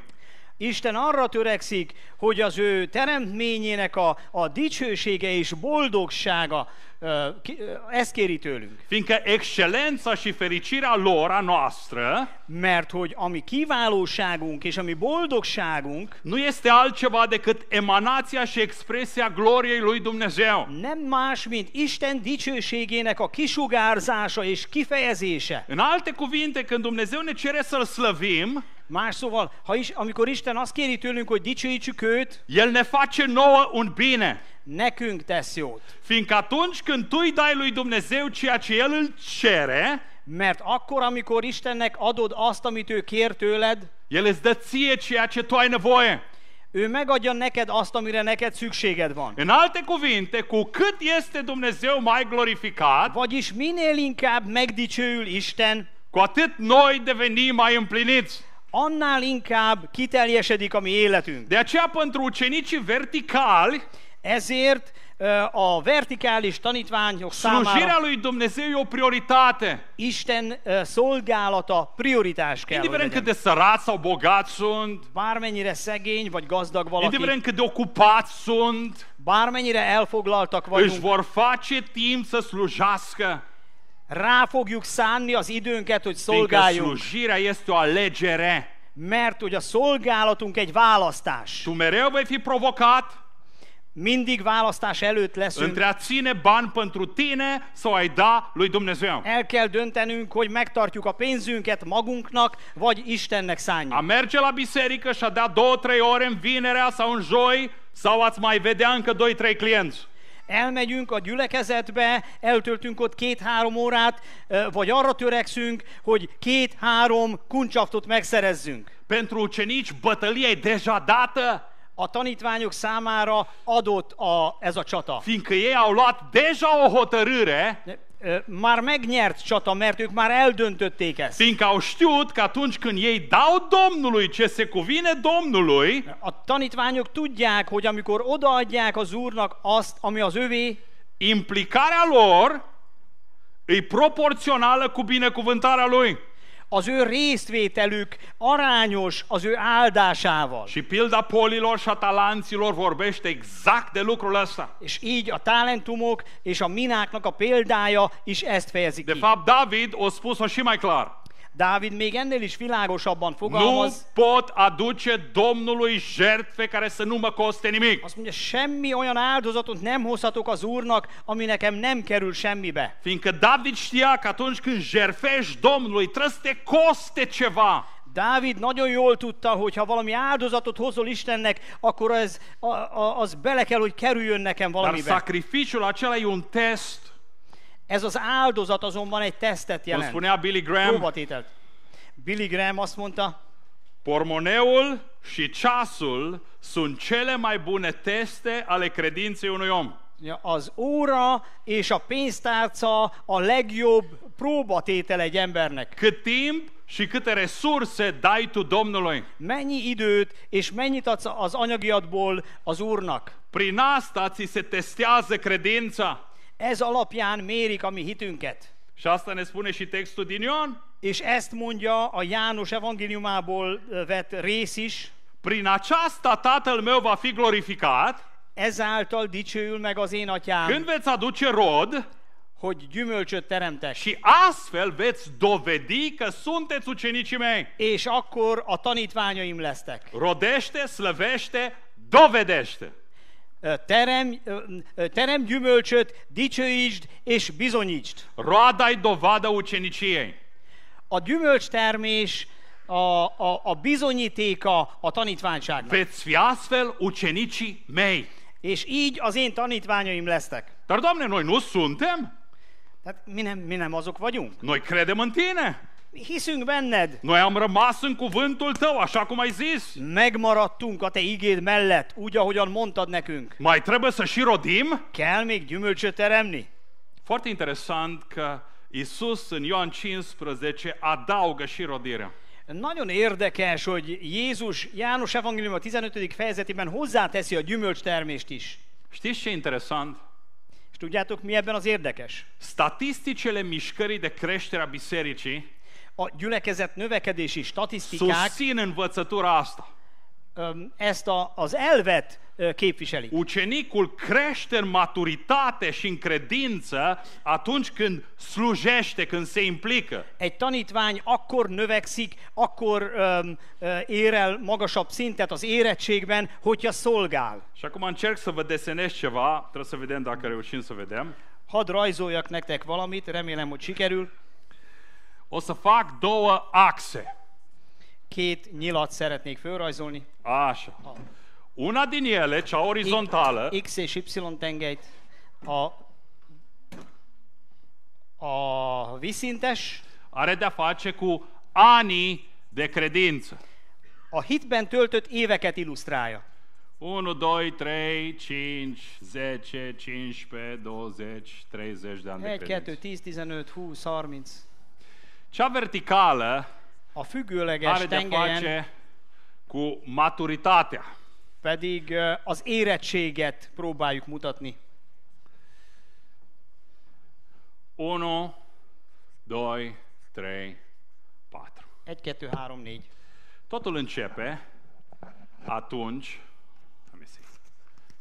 Speaker 3: Isten arra törekszik, hogy az ő teremtményének a, a dicsősége és boldogsága ö, ki- ö, ezt kéri tőlünk.
Speaker 1: Fiindcă excelența și fericirea lor, a noastră,
Speaker 3: Mert hogy ami kiválóságunk és ami boldogságunk
Speaker 1: nu este altceva decât emanația și expresia gloriei lui Dumnezeu.
Speaker 3: nem más, mint Isten dicsőségének a kisugárzása és kifejezése.
Speaker 1: În alte cuvinte, când Dumnezeu ne cere să-L slăvim,
Speaker 3: Más szóval, ha is, amikor Isten azt kéri tőlünk, hogy dicsőítsük őt,
Speaker 1: El ne face nouă un bine.
Speaker 3: nekünk tesz jót.
Speaker 1: Fiindcă atunci când tu îi dai lui Dumnezeu ceea ce El îl cere,
Speaker 3: Mert akkor, amikor Istennek adod azt, amit ő kér tőled,
Speaker 1: El îți dă ție ceea ce tu ai nevoie.
Speaker 3: ő megadja neked azt, amire neked szükséged van.
Speaker 1: În alte cuvinte, cu cât este Dumnezeu mai glorificat,
Speaker 3: Vagyis minél inkább megdicsőül Isten,
Speaker 1: cu atât noi devenim mai împliniți.
Speaker 3: annál inkább kiteljesedik a mi életünk.
Speaker 1: De aceea, pentru ucenicii verticali,
Speaker 3: Ezért ö, a vertikális tanítványok
Speaker 1: slujirea
Speaker 3: számára
Speaker 1: lui Dumnezeu e o prioritate.
Speaker 3: Isten ö, szolgálata prioritás kell, hogy
Speaker 1: Indiferent cât de
Speaker 3: legyen.
Speaker 1: sărați sau bogați sunt,
Speaker 3: Bármennyire szegény vagy gazdag valaki,
Speaker 1: indiferent cât de ocupați sunt,
Speaker 3: bármennyire elfoglaltak
Speaker 1: își
Speaker 3: vagyunk,
Speaker 1: vor face timp să slujească.
Speaker 3: rá fogjuk szánni az időnket, hogy
Speaker 1: Fiindcă
Speaker 3: szolgáljunk.
Speaker 1: slujirea este o alegere.
Speaker 3: Mert hogy a szolgálatunk egy választás.
Speaker 1: Tu mereu vei fi provocat
Speaker 3: Mindig választás előtt leszünk.
Speaker 1: între a ține bani pentru tine sau ai da lui Dumnezeu.
Speaker 3: El kell döntenünk, hogy megtartjuk a pénzünket magunknak, vagy Istennek
Speaker 1: A
Speaker 3: szánjuk.
Speaker 1: merge la biserică și a da două, trei ore în vinerea sau în joi sau ați mai vedea încă doi, trei clienți.
Speaker 3: Elmegyünk a gyülekezetbe, eltöltünk ott két-három órát, ö, vagy arra törekszünk, hogy két-három kuncsaftot megszerezzünk.
Speaker 1: Pentru ucenici bătălia e deja dată,
Speaker 3: A tanítványok számára adott a, ez a csata.
Speaker 1: fiindcă ei au luat deja o hotărâre,
Speaker 3: De, ö, Már megnyert csata, mert ők már eldöntötték ezt.
Speaker 1: fiindcă au știut că atunci când ei dau Domnului ce se cuvine Domnului,
Speaker 3: A tanítványok tudják, hogy amikor odaadják az Úrnak azt, ami az övé,
Speaker 1: implicarea lor e proporțională cu binecuvântarea Lui.
Speaker 3: az ő résztvételük arányos az ő áldásával.
Speaker 1: Și pilda polilor și a talanților vorbește exact de lucrul ăsta.
Speaker 3: És így a talentumok és a mináknak a példája is ezt fejezi
Speaker 1: De
Speaker 3: ki.
Speaker 1: fapt, David o spus-o și mai clar.
Speaker 3: Dávid még ennél is világosabban
Speaker 1: Nu
Speaker 3: fogalmaz.
Speaker 1: pot aduce Domnului jertfe care să nu mă coste nimic.
Speaker 3: Azt mondja, semmi olyan áldozatot nem hozhatok az Úrnak, ami nekem nem kerül semmibe.
Speaker 1: Fiindcă David știa că atunci când jerfești Domnului, trebuie să te coste ceva.
Speaker 3: Dávid nagyon jól tudta, hogy ha valami áldozatot hozol Istennek, akkor ez, a, a, az bele kell, hogy kerüljön nekem
Speaker 1: Dar
Speaker 3: valamibe.
Speaker 1: sacrificiul acela e un test.
Speaker 3: Ez az áldozat azonban egy tesztet
Speaker 1: Cum
Speaker 3: jelent.
Speaker 1: spunea Billy Graham,
Speaker 3: Próbatételt. Billy Graham azt mondta,
Speaker 1: pormoneul și ceasul sunt cele mai bune teste ale credinței unui om.
Speaker 3: Ja, az óra és a pénztárca a legjobb próbatétel egy embernek.
Speaker 1: Cât timp și câte resurse dai tu Domnului.
Speaker 3: Mennyi időt és mennyit adsz az anyagiadból az Úrnak?
Speaker 1: Prin asta ți se testează credința.
Speaker 3: Ez alapján mérik a mi hitünket.
Speaker 1: Și asta ne spune și textul din Ion.
Speaker 3: És ezt mondja a János evangéliumából ö, vett rész is,
Speaker 1: Prin aceasta tatăl meu va fi glorificat
Speaker 3: ezáltal dicsőül meg az én
Speaker 1: când
Speaker 3: atyám,
Speaker 1: veți aduce rod
Speaker 3: hogy gyümölcsöt teremtek.
Speaker 1: și astfel veți dovedi că sunteți ucenicii mei.
Speaker 3: És akkor a tanítványaim lesztek.
Speaker 1: Rodește, slăvește, dovedește.
Speaker 3: Ö, Terem, ö, ö, terem gyümölcsöt, dicsőítsd és bizonyítsd.
Speaker 1: Roada e dovadă uceniciei.
Speaker 3: a gyümölcstermés a, a, a bizonyítéka a tanítványságnak.
Speaker 1: Veți fi astfel ucenicii mei.
Speaker 3: És így az én tanítványaim lesznek.
Speaker 1: Dar, Doamne, noi nu suntem?
Speaker 3: Tehát mi nem, mi nem azok vagyunk.
Speaker 1: Noi credem în Tine.
Speaker 3: Mi hiszünk benned.
Speaker 1: Noi am rămas în cuvântul tău, așa cum ai zis.
Speaker 3: Megmaradtunk a te igéd mellett, úgy, ahogyan mondtad nekünk.
Speaker 1: Mai trebuie să și rodim?
Speaker 3: Kell még gyümölcsöt teremni?
Speaker 1: Foarte interesant că Isus în Ioan 15 adaugă și rodirea.
Speaker 3: Nagyon érdekes, hogy Jézus János Evangélium a 15. fejezetében hozzáteszi a gyümölcstermést is.
Speaker 1: Știți ce e interesant?
Speaker 3: És tudjátok, mi ebben az érdekes?
Speaker 1: Statisticele mișcării de creștere a bisericii
Speaker 3: A gyülekezet növekedési statisztikák
Speaker 1: susțin învățătura asta.
Speaker 3: öm, ezt a, az elvet ö, képviseli.
Speaker 1: Ucenicul crește în maturitate și în credință atunci când slujește, când se implică.
Speaker 3: Egy tanítvány akkor növekszik, akkor öm, ö, ér el magasabb szintet az érettségben, hogyha szolgál.
Speaker 1: Și acum încerc să vă desenez ceva, trebuie să vedem dacă reușim să vedem.
Speaker 3: Hadd rajzoljak nektek valamit, remélem, hogy sikerül.
Speaker 1: O să fac două axe.
Speaker 3: Két nyilat szeretnék fölrajzolni,
Speaker 1: Așa. Una din ele, cea orizontală,
Speaker 3: X és Y tengelyt. A, a vízszintes,
Speaker 1: are de-a face cu anii de credință.
Speaker 3: a hitben töltött éveket illusztrálja.
Speaker 1: 1, 2, 3, 5, 10, 15, 20, 30 de ani de
Speaker 3: 1, 2,
Speaker 1: credință.
Speaker 3: 10, 15, 20, 30.
Speaker 1: Cea verticală
Speaker 3: A függőleges
Speaker 1: are de-a
Speaker 3: tengelyen
Speaker 1: face cu maturitatea.
Speaker 3: pedig ö, az érettséget próbáljuk mutatni.
Speaker 1: 1, 2, 3, 4.
Speaker 3: 1, 2, 3, 4.
Speaker 1: Totul începe atunci... Let me see.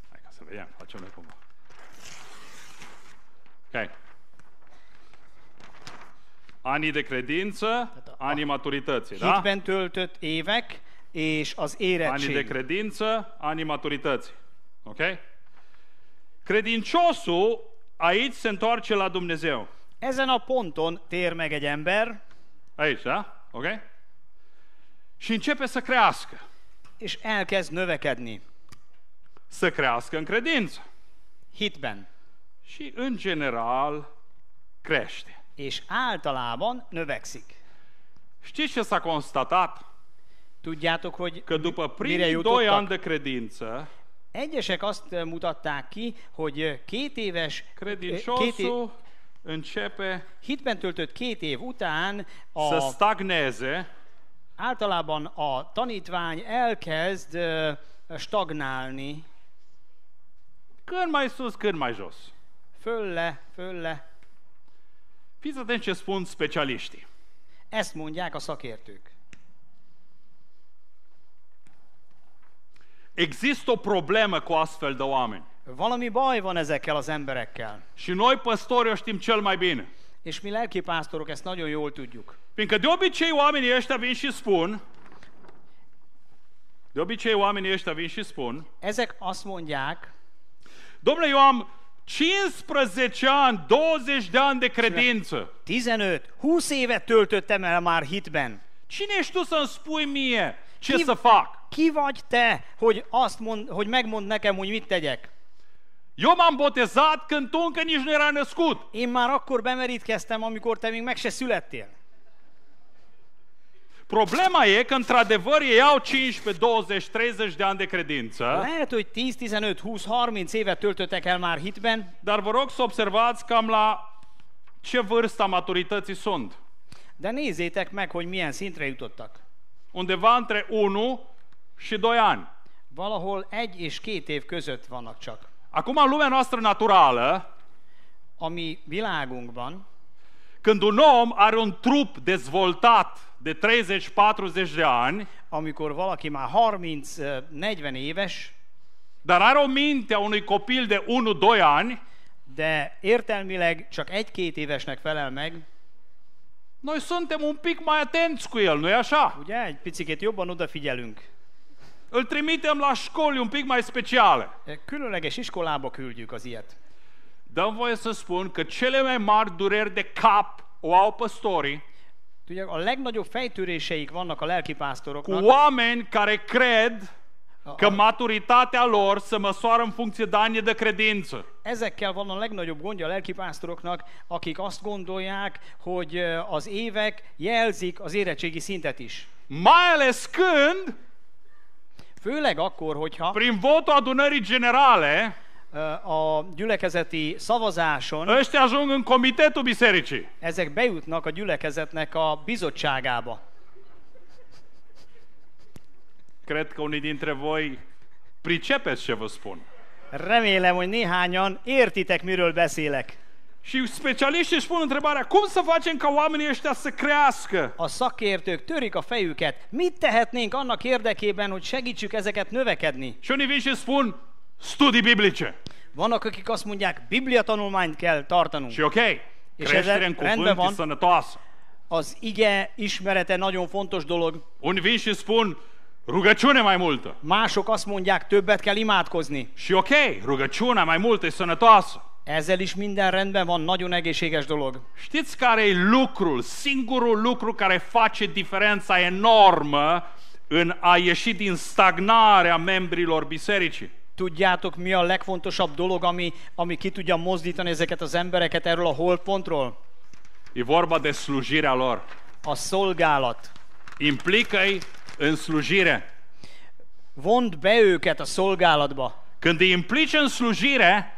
Speaker 1: Hai ca să vedem, facem noi cumva. Ok. Anii de credință, anii maturității, da?
Speaker 3: Hitben töltött évek és az
Speaker 1: Anii de
Speaker 3: érettség.
Speaker 1: credință, anii maturității. Ok? Credinciosul aici se întoarce la Dumnezeu.
Speaker 3: Ezen a ponton tér meg egy ember,
Speaker 1: Aici, da? Ok? Și începe să crească.
Speaker 3: és elkezd növekedni
Speaker 1: Să crească în credință.
Speaker 3: hitben.
Speaker 1: Și, în general, crește.
Speaker 3: És általában növekszik.
Speaker 1: Știți ce s-a constatat?
Speaker 3: Tudjátok, hogy
Speaker 1: Că după
Speaker 3: Mire
Speaker 1: primii
Speaker 3: jutottak?
Speaker 1: doi ani de credință,
Speaker 3: egyesek azt ö, mutatták ki, hogy ö, két éves, ö, két é-
Speaker 1: credinciosul începe
Speaker 3: hitben töltött két év után
Speaker 1: să
Speaker 3: a,
Speaker 1: stagneze
Speaker 3: általában a tanítvány elkezd ö, stagnálni,
Speaker 1: când mai sus, când mai jos.
Speaker 3: fölle, fölle.
Speaker 1: Fiți atenți ce spun specialiștii.
Speaker 3: Ezt mondják a szakértők.
Speaker 1: Există o problemă cu astfel de oameni.
Speaker 3: Valami baj van ezekkel az emberekkel.
Speaker 1: Și noi, păstori, o știm cel mai bine.
Speaker 3: És mi lelkipásztorok ezt nagyon jól tudjuk.
Speaker 1: Fiindcă de obicei oamenii ăștia vin și spun, de obicei oamenii ăștia vin și spun,
Speaker 3: Ezek azt mondják,
Speaker 1: domnule, eu am 15 ani, 20 de ani de credință.
Speaker 3: 15-20 évet töltöttem el már hitben.
Speaker 1: Cine ești tu să-mi spui mie ce
Speaker 3: Kim-
Speaker 1: să fac?
Speaker 3: Ki vagy te, hogy, azt mond, hogy megmond nekem, hogy mit tegyek?
Speaker 1: Eu m-am botezat când tu încă nici nu erai născut.
Speaker 3: Én már akkor bemerítkeztem, amikor te még meg se születtél.
Speaker 1: Problema e că, într-adevăr, ei au 15, 20, 30 de ani de credință,
Speaker 3: Lehet, hogy 10-15-20-30 évet töltöttek el már hitben,
Speaker 1: dar vă rog să observați cam la ce vârsta maturității sunt.
Speaker 3: de nézzétek meg, hogy milyen szintre jutottak.
Speaker 1: undeva între 1 și 2 ani.
Speaker 3: Valahol egy és két év között vannak csak.
Speaker 1: Acum, lumea noastră naturală,
Speaker 3: A mi világunkban,
Speaker 1: când un om are un trup dezvoltat de 30-40 de ani,
Speaker 3: amikor valaki már 30-40 éves,
Speaker 1: dar are o minte a unui copil de 1-2 ani,
Speaker 3: de értelmileg csak egy-két évesnek felel meg,
Speaker 1: noi suntem un pic mai atenți cu el, nu-i așa?
Speaker 3: ugye? Egy picit jobban odafigyelünk.
Speaker 1: Îl trimitem la școli un pic mai speciale.
Speaker 3: Különleges iskolába küldjük az ilyet.
Speaker 1: Dăm voie să spun că cele mai mari dureri de cap o au păstorii
Speaker 3: Ugye a legnagyobb fejtöréseik vannak a
Speaker 1: cu
Speaker 3: lelkipásztoroknak,
Speaker 1: oameni care cred că maturitatea lor se măsoară în funcție de ani de credință.
Speaker 3: Ezekkel van a legnagyobb gondja a lelkipásztoroknak, akik azt gondolják, hogy ö, az évek jelzik az érettségi szintet is.
Speaker 1: Mai ales când,
Speaker 3: Főleg akkor, hogyha
Speaker 1: prin votul adunării generale,
Speaker 3: ö, a gyülekezeti szavazáson
Speaker 1: ăștia ajung în comitetul bisericii.
Speaker 3: ezek bejutnak a gyülekezetnek a bizottságába.
Speaker 1: Cred că unii dintre voi pricepeți ce vă spun.
Speaker 3: Remélem, hogy néhányan értitek, miről beszélek.
Speaker 1: Și specialiștii își pun întrebarea, cum să facem ca oamenii ăștia să crească?
Speaker 3: A szakértők törik a fejüket. Mit tehetnénk annak érdekében, hogy segítsük ezeket növekedni?
Speaker 1: Și unii vin și spun, studii biblice.
Speaker 3: Vannak, akik azt mondják, Biblia tanulmányt kell tartanunk.
Speaker 1: Și ok, creștere în
Speaker 3: ezen-
Speaker 1: cuvânt
Speaker 3: rendben
Speaker 1: e
Speaker 3: van.
Speaker 1: sănătoasă.
Speaker 3: Az ige ismerete nagyon fontos dolog.
Speaker 1: Unii vin și spun, rugăciune mai multă.
Speaker 3: Mások azt mondják, többet kell imádkozni.
Speaker 1: Și ok, rugăciunea mai multă e sănătoasă.
Speaker 3: Ezzel is minden rendben van, nagyon egészséges dolog.
Speaker 1: Știți care e lucrul, singurul lucru care face diferența enormă în a ieși din stagnarea membrilor bisericii?
Speaker 3: Tudjátok, mi a legfontosabb dolog, ami, ami ki tudja mozdítani ezeket az embereket erről a holtpontról?
Speaker 1: E vorba de slujirea lor.
Speaker 3: A szolgálat.
Speaker 1: Implică-i în slujire.
Speaker 3: Vond be őket a szolgálatba.
Speaker 1: Când îi implici în slujire,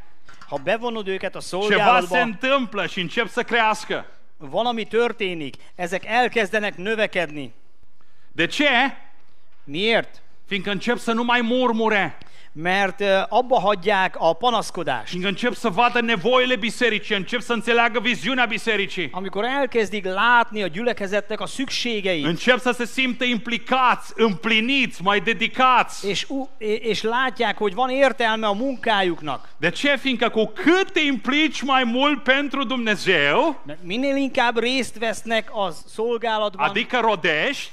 Speaker 3: Ha bevonod őket a
Speaker 1: ceva se
Speaker 3: szolgálatba,
Speaker 1: întâmplă și încep să crească.
Speaker 3: valami történik, ezek elkezdenek növekedni.
Speaker 1: De ce?
Speaker 3: Miért?
Speaker 1: Fiindcă încep să nu mai murmure
Speaker 3: Mert ö, abba hagyják a panaszkodást.
Speaker 1: și încep să vadă nevoile bisericii, încep să înțeleagă viziunea bisericii.
Speaker 3: Amikor elkezdik látni a gyülekezetnek a szükségeit,
Speaker 1: Încep să se simtă implicați, împliniți, mai dedicați.
Speaker 3: és, ú- és látják, hogy van értelme a munkájuknak.
Speaker 1: De ce? Fiindcă cu cât te implici mai mult pentru Dumnezeu,
Speaker 3: Mert minél inkább részt vesznek a szolgálatban,
Speaker 1: adică rodești,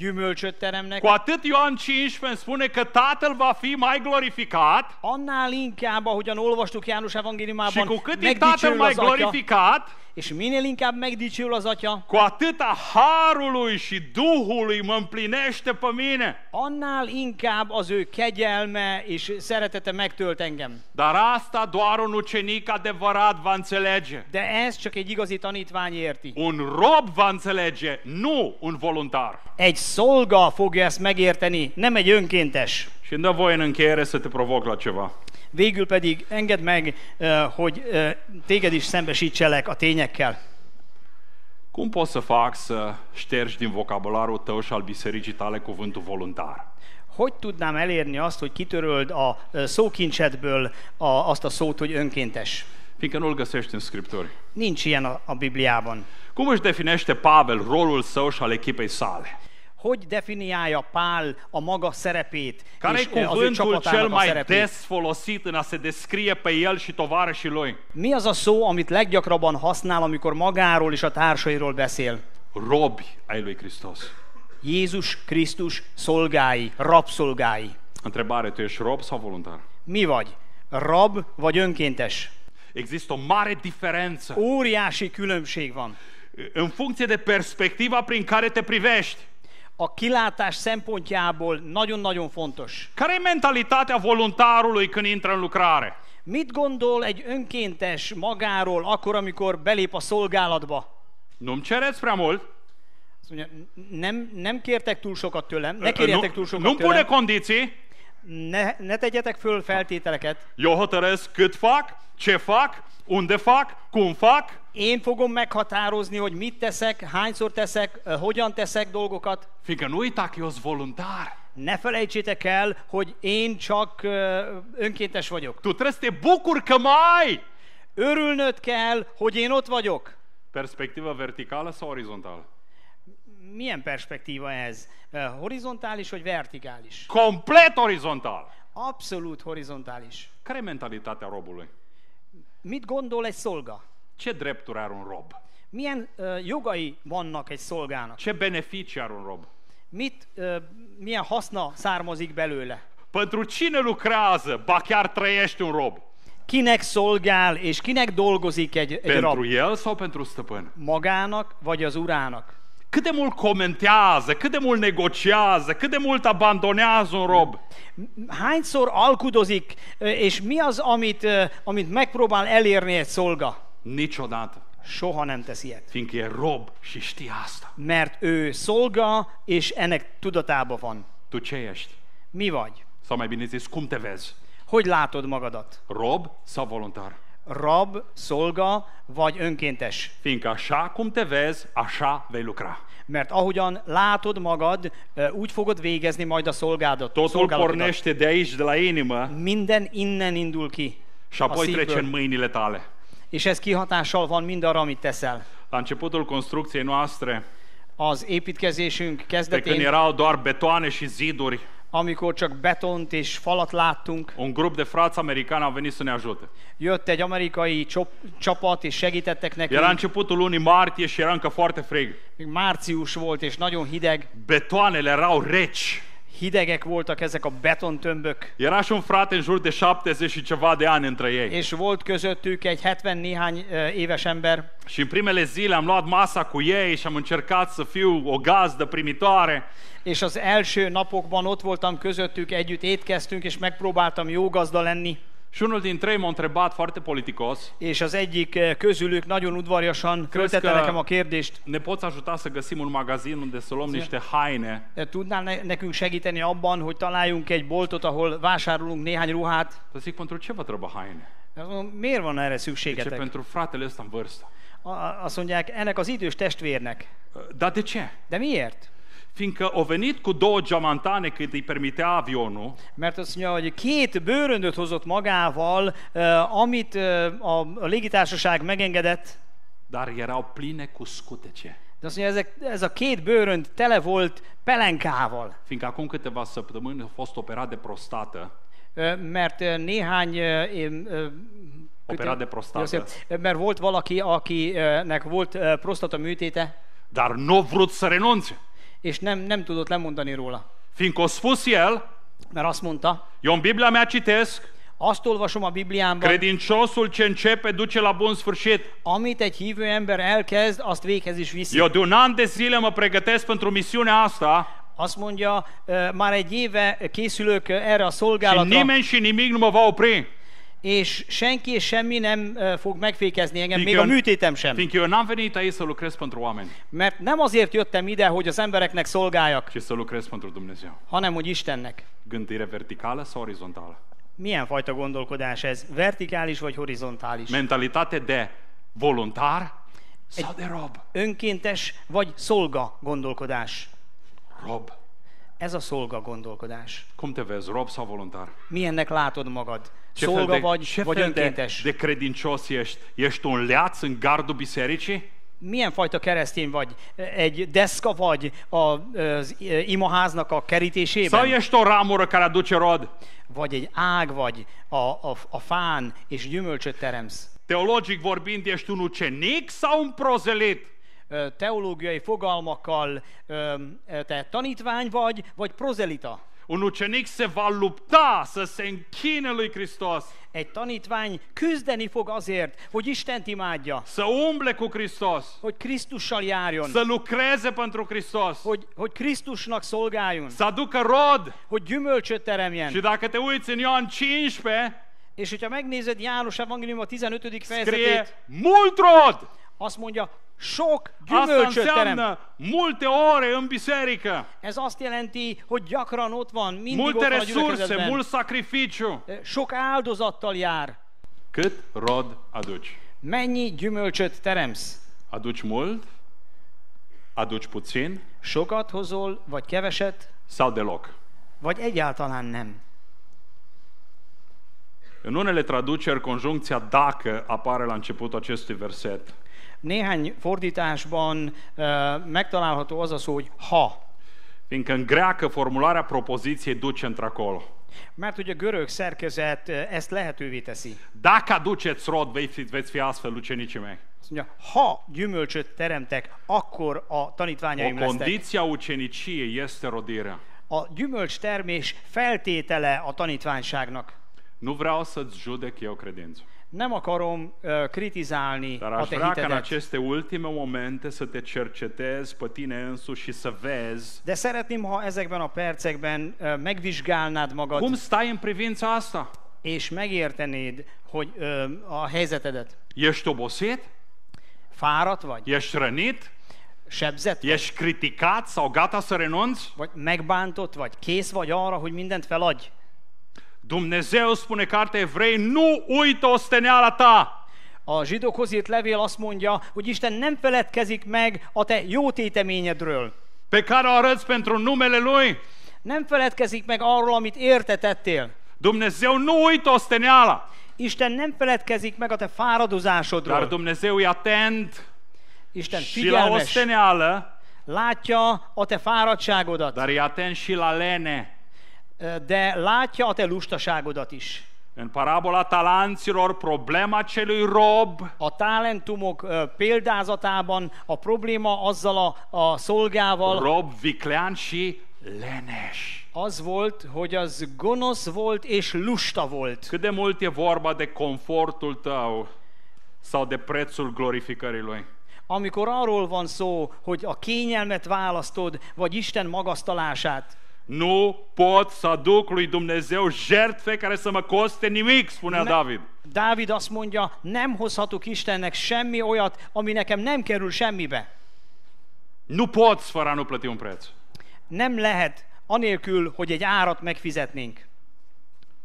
Speaker 3: gyümölcsöt teremnek,
Speaker 1: cu atât Ioan 15 îmi spune că Tatăl va fi mai glorificat
Speaker 3: annál inkább, ahogyan olvastuk János
Speaker 1: și
Speaker 3: evangéliumában,
Speaker 1: cu cât e Tatăl
Speaker 3: megdicsőül
Speaker 1: mai
Speaker 3: az atya,
Speaker 1: glorificat,
Speaker 3: és minél inkább megdicsőül az atya,
Speaker 1: cu atâta harului și Duhului mă împlinește pe mine.
Speaker 3: annál inkább az ő kegyelme és szeretete megtölt engem.
Speaker 1: Dar asta doar un ucenic adevărat va înțelege.
Speaker 3: De ez csak egy igazi tanítvány érti.
Speaker 1: Un rob va înțelege, nu un voluntar.
Speaker 3: Egy szolga fogja ezt megérteni, nem egy önkéntes.
Speaker 1: Și îmi dă voie în încheiere să te provoc la ceva.
Speaker 3: Végül pedig engedd meg, ö, hogy ö, téged is szembesítselek a tényekkel.
Speaker 1: Cum pot să fac să ștergi din vocabularul tău și al bisericii tale cuvântul voluntar?
Speaker 3: Hogy tudnám elérni azt, hogy kitöröld a ö, szókincsedből a, azt a szót, hogy önkéntes?
Speaker 1: Fiindcă nu-l găsești în Scripturi.
Speaker 3: Nincs ilyen a, a Bibliában.
Speaker 1: Cum își definește Pavel rolul său și al echipei sale?
Speaker 3: Hogy definiálja Pál a maga szerepét,
Speaker 1: Care
Speaker 3: és
Speaker 1: e
Speaker 3: ö, az ő
Speaker 1: cuvântul cel
Speaker 3: csapatának a
Speaker 1: mai
Speaker 3: szerepét?
Speaker 1: des folosit în a se descrie pe el și tovarășii lui?
Speaker 3: Mi az a szó, amit leggyakrabban használ, amikor magáról és a társairól beszél?
Speaker 1: Robi ai lui Hristos.
Speaker 3: Jézus Krisztus szolgái, rabszolgái.
Speaker 1: Întrebare, tu ești rob sau voluntar?
Speaker 3: Mi vagy? Rab vagy önkéntes?
Speaker 1: Există o mare diferență
Speaker 3: Óriási különbség van.
Speaker 1: în funcție de perspectiva prin care te privești.
Speaker 3: A kilátás szempontjából nagyon-nagyon fontos.
Speaker 1: Care e mentalitatea voluntarului când intră în lucrare?
Speaker 3: Mit gondol egy önkéntes magáról akkor, amikor belép a szolgálatba?
Speaker 1: Nu-mi cereți prea mult,
Speaker 3: Azt mondja, nem, nem kértek túl sokat tőlem, ne
Speaker 1: nu,
Speaker 3: kérjetek túl
Speaker 1: nu
Speaker 3: sokat
Speaker 1: pune
Speaker 3: tőlem,
Speaker 1: condiții,
Speaker 3: ne, ne tegyetek föl feltételeket.
Speaker 1: eu hotărăsc cât fac, ce fac, unde fac, cum fac,
Speaker 3: Én fogom meghatározni, hogy mit teszek, hányszor teszek, ö, hogyan teszek dolgokat.
Speaker 1: fiindcă nu uita că eu sunt voluntar.
Speaker 3: Ne felejtsétek el, hogy én csak ö, önkéntes vagyok.
Speaker 1: Tu trebuie să te bucuri că mai ai!
Speaker 3: Örülnöd kell, hogy én ott vagyok.
Speaker 1: Perspectivă verticală sau orizontală?
Speaker 3: Milyen perspektíva ez? Ö, Horizontális vagy vertikális?
Speaker 1: Complet orizontal!
Speaker 3: Abszolút horizontális.
Speaker 1: Care e mentalitatea robului?
Speaker 3: Mit gondol egy szolga?
Speaker 1: Ce drepturi are un rob?
Speaker 3: Milyen ö, jogai vannak egy szolgának?
Speaker 1: Ce beneficii are un rob?
Speaker 3: Mit, ö, milyen haszna származik belőle?
Speaker 1: Pentru cine lucrează, ba chiar trăiește un rob?
Speaker 3: Kinek szolgál és kinek dolgozik egy, egy
Speaker 1: Pentru
Speaker 3: rab?
Speaker 1: el sau pentru stăpân?
Speaker 3: Magának vagy az urának?
Speaker 1: Cât de mult comentează, cât de mult negociază, cât de mult abandonează un rob.
Speaker 3: Hányszor alkudozik, ö, és mi az, amit, ö, amit megpróbál elérni egy szolga?
Speaker 1: Niciodată.
Speaker 3: Soha nem tesz ilyet.
Speaker 1: Fiindcă e rob și știi asta.
Speaker 3: Mert ő szolga, és ennek tudatában van.
Speaker 1: Tu ce ești?
Speaker 3: Mi vagy?
Speaker 1: Sau mai bine zis, cum te vezi?
Speaker 3: Hogy látod magadat?
Speaker 1: Rob sau voluntar?
Speaker 3: Rab, szolga vagy önkéntes?
Speaker 1: Fiindcă așa cum te vezi, așa vei lucra.
Speaker 3: Mert ahogyan látod magad, ö, úgy fogod végezni majd a szolgádat.
Speaker 1: Totul
Speaker 3: szolgálatodat.
Speaker 1: pornește de aici, de la inimă,
Speaker 3: Minden innen indul ki.
Speaker 1: și apoi
Speaker 3: szívből.
Speaker 1: trece în mâinile tale.
Speaker 3: és ez kihatással van mindarra, amit teszel.
Speaker 1: La începutul construcției noastre,
Speaker 3: Az építkezésünk
Speaker 1: pe când
Speaker 3: kezdetén,
Speaker 1: erau doar betoane și ziduri,
Speaker 3: amikor csak betont és falat láttunk,
Speaker 1: un grup de frați americani au venit să ne ajute.
Speaker 3: jött egy amerikai csop- csapat, és segítettek
Speaker 1: Era
Speaker 3: nekünk.
Speaker 1: începutul lunii martie și era încă foarte frig.
Speaker 3: Még március volt, és nagyon hideg.
Speaker 1: Betoanele erau reci.
Speaker 3: Hidegek voltak ezek a betontömbök.
Speaker 1: Era și un frate în jur de 70 și ceva de ani între ei.
Speaker 3: És volt közöttük egy 70 néhány ö, éves ember,
Speaker 1: Și în primele zile am luat masa cu ei și am încercat să fiu o gazdă primitoare.
Speaker 3: és az első napokban ott voltam közöttük, együtt étkeztünk, és megpróbáltam jó gazda lenni.
Speaker 1: Și unul dintre ei m-a întrebat foarte politicos,
Speaker 3: És az egyik ö, közülük nagyon udvariasan föltette
Speaker 1: Kreszka.
Speaker 3: nekem a kérdést,
Speaker 1: ne poți ajuta să găsim un magazin unde să luăm niște haine?
Speaker 3: ö, tudnál ne- nekünk segíteni abban, hogy találjunk egy boltot, ahol vásárolunk néhány ruhát?
Speaker 1: Să zic, pentru ce vă trebuie haine?
Speaker 3: Azt mondom, Miért van erre
Speaker 1: Ce
Speaker 3: szükségetek?
Speaker 1: pentru fratele ăsta în vârstă.
Speaker 3: A- Azt mondják, ennek az idős testvérnek.
Speaker 1: Dar de ce?
Speaker 3: De miért?
Speaker 1: Fiindcă au venit cu două geamantane cât îi permitea avionul
Speaker 3: Mert azt mondja, hogy két bőröndöt hozott magával, ö, amit ö, a a légitársaság megengedett,
Speaker 1: dar erau pline cu scutece.
Speaker 3: de azt mondja, ezek, ez a két bőrönd tele volt pelenkával.
Speaker 1: Fiindcă acum câteva săptămâni a fost operat de prostată.
Speaker 3: Ö, Mert ö, néhány... ö, én, ö,
Speaker 1: Operat de prostată.
Speaker 3: Jó, szép. Ö, Mert volt valaki, akinek volt ö, prostata műtéte,
Speaker 1: Dar nu a vrut să renunțe.
Speaker 3: és nem, nem tudott lemondani róla.
Speaker 1: Fiindcă a spus el,
Speaker 3: Mert azt mondta,
Speaker 1: eu în Biblia mea citesc,
Speaker 3: azt olvasom a Bibliámban,
Speaker 1: credinciosul ce începe duce la bun sfârșit.
Speaker 3: amit egy hívő ember elkezd, azt véghez is viszi.
Speaker 1: Eu de un an de zile mă pregătesc pentru misiunea asta
Speaker 3: Azt mondja, ö, már egy éve készülök ö, erre a
Speaker 1: și
Speaker 3: szolgálatra,
Speaker 1: nimeni și nimic nu mă va opri.
Speaker 3: és senki és semmi nem ö, fog megfékezni engem, még a
Speaker 1: Fiindcă-
Speaker 3: műtétem sem.
Speaker 1: Fiindcă eu n-am venit aici să lucrez pentru oameni,
Speaker 3: Mert nem azért jöttem ide, hogy az embereknek szolgáljak,
Speaker 1: ci să lucrez pentru Dumnezeu.
Speaker 3: hanem hogy Istennek.
Speaker 1: Gândire verticală sau orizontală?
Speaker 3: Milyen fajta gondolkodás ez? Vertikális vagy horizontális?
Speaker 1: Mentalitate de voluntar sau de rob?
Speaker 3: Önkéntes vagy szolga gondolkodás?
Speaker 1: Rob.
Speaker 3: Ez a szolga gondolkodás.
Speaker 1: Cum te vezi, rob sau voluntar?
Speaker 3: Milyennek látod magad?
Speaker 1: Ce fel
Speaker 3: Szolga
Speaker 1: de,
Speaker 3: vagy,
Speaker 1: ce
Speaker 3: vagy
Speaker 1: fel de,
Speaker 3: önkéntes?
Speaker 1: de credincios ești? Ești un leaț în gardul bisericii?
Speaker 3: Milyen fajta keresztény vagy? Egy deszka vagy a- az imaháznak a
Speaker 1: Sau
Speaker 3: kerítésében?
Speaker 1: ești o ramură care aduce rod?
Speaker 3: Vagy egy ág vagy a, a, a fán és gyümölcsöt teremsz?
Speaker 1: Teologic vorbind, ești un ucenic sau un prozelit?
Speaker 3: Ö, Teológiai fogalmakkal ö, ö, te tanítvány vagy, vagy prozelita?
Speaker 1: Un ucenic se va lupta să se închine lui Hristos,
Speaker 3: Egy tanítvány küzdeni fog azért, hogy Istent imádja,
Speaker 1: să umble cu Hristos,
Speaker 3: hogy Krisztussal járjon,
Speaker 1: să lucreze pentru Hristos,
Speaker 3: hogy, hogy Krisztusnak szolgáljon,
Speaker 1: să aducă rod.
Speaker 3: hogy gyümölcsöt teremjen.
Speaker 1: Și dacă te uiți în Ioan 15,
Speaker 3: És hogyha megnézed János Evangélium a 15.
Speaker 1: scrie
Speaker 3: fejezetét,
Speaker 1: mult rod.
Speaker 3: azt mondja, sok
Speaker 1: Asta
Speaker 3: gyümölcsöt terem.
Speaker 1: înseamnă multe ore în biserică,
Speaker 3: Ez azt jelenti, hogy gyakran ott van, mindig
Speaker 1: multe
Speaker 3: ott van a
Speaker 1: resurse,
Speaker 3: gyülekezetben.
Speaker 1: mult sacrificiu.
Speaker 3: Ö, Sok áldozattal jár.
Speaker 1: Cât rod aduci?
Speaker 3: Mennyi gyümölcsöt teremsz?
Speaker 1: Aduci mult? Aduci puțin?
Speaker 3: Sokat hozol, vagy keveset,
Speaker 1: Sau deloc?
Speaker 3: vagy egyáltalán nem.
Speaker 1: În unele traduceri, conjuncția dacă apare la începutul acestui verset.
Speaker 3: Néhány fordításban ö, megtalálható az a szó, hogy ha.
Speaker 1: Fiindcă în greacă formularea propoziției duce într-acolo.
Speaker 3: Mert hogy a görög szerkezet ö, ezt lehetővé teszi.
Speaker 1: Dacă aduceți rod, vei fi, veți fi astfel, ucenicii mei.
Speaker 3: Azt mondja, ha gyümölcsöt teremtek, akkor a tanítványaim
Speaker 1: O
Speaker 3: lesznek.
Speaker 1: condiție a uceniciei este rodirea.
Speaker 3: A gyümölcs termés feltétele a tanítványságnak.
Speaker 1: Nu vreau să-ți judec eu credința,
Speaker 3: Nem akarom ö, kritizálni
Speaker 1: dar
Speaker 3: a
Speaker 1: aș
Speaker 3: te
Speaker 1: vrea ca în
Speaker 3: hitedet,
Speaker 1: aceste ultime momente să te cercetezi pe tine însuși și să vezi
Speaker 3: de szeretném, ha ezekben a percekben ö, megvizsgálnád magad,
Speaker 1: cum stai în privința asta.
Speaker 3: és megértenéd, hogy ö, a helyzetedet
Speaker 1: Ești obosit?
Speaker 3: fáradt vagy,
Speaker 1: Ești rănit?
Speaker 3: sebzett vagy,
Speaker 1: Ești criticat sau gata să renunți?
Speaker 3: vagy megbántott vagy, kész vagy arra, hogy mindent feladj.
Speaker 1: Dumnezeu spune cartea evrei, nu uită osteneala ta.
Speaker 3: A zsidókhoz írt levél azt mondja, hogy Isten nem feledkezik meg a te jó téteményedről.
Speaker 1: pe care o arăți pentru numele Lui.
Speaker 3: Nem feledkezik meg arról, amit érte tettél.
Speaker 1: Dumnezeu nu uită osteneala.
Speaker 3: Isten nem feledkezik meg a te fáradozásodról.
Speaker 1: Dar Dumnezeu e atent
Speaker 3: Isten
Speaker 1: și la
Speaker 3: figyelmes,
Speaker 1: osteneală,
Speaker 3: látja a te fáradtságodat,
Speaker 1: dar e atent și la lene.
Speaker 3: de látja a te lustaságodat is.
Speaker 1: În parabola talanților, problema celui rob
Speaker 3: A talentumok ö, példázatában a probléma azzal a, a szolgával
Speaker 1: rob viclean și leneș.
Speaker 3: az volt, hogy az gonosz volt és lusta volt.
Speaker 1: Cât de mult e vorba de confortul tău sau de prețul glorificării lui?
Speaker 3: Amikor arról van szó, hogy a kényelmet választod, vagy Isten magasztalását,
Speaker 1: Nu pot să aduc lui Dumnezeu jertfe care să mă coste nimic, spunea
Speaker 3: Ne-
Speaker 1: David.
Speaker 3: Dávid azt mondja, nem hozhatok Istennek semmi olyat, ami nekem nem kerül semmibe.
Speaker 1: Nu poți fără a nu plăti un preț.
Speaker 3: Nem lehet, anélkül, hogy egy árat megfizetnénk.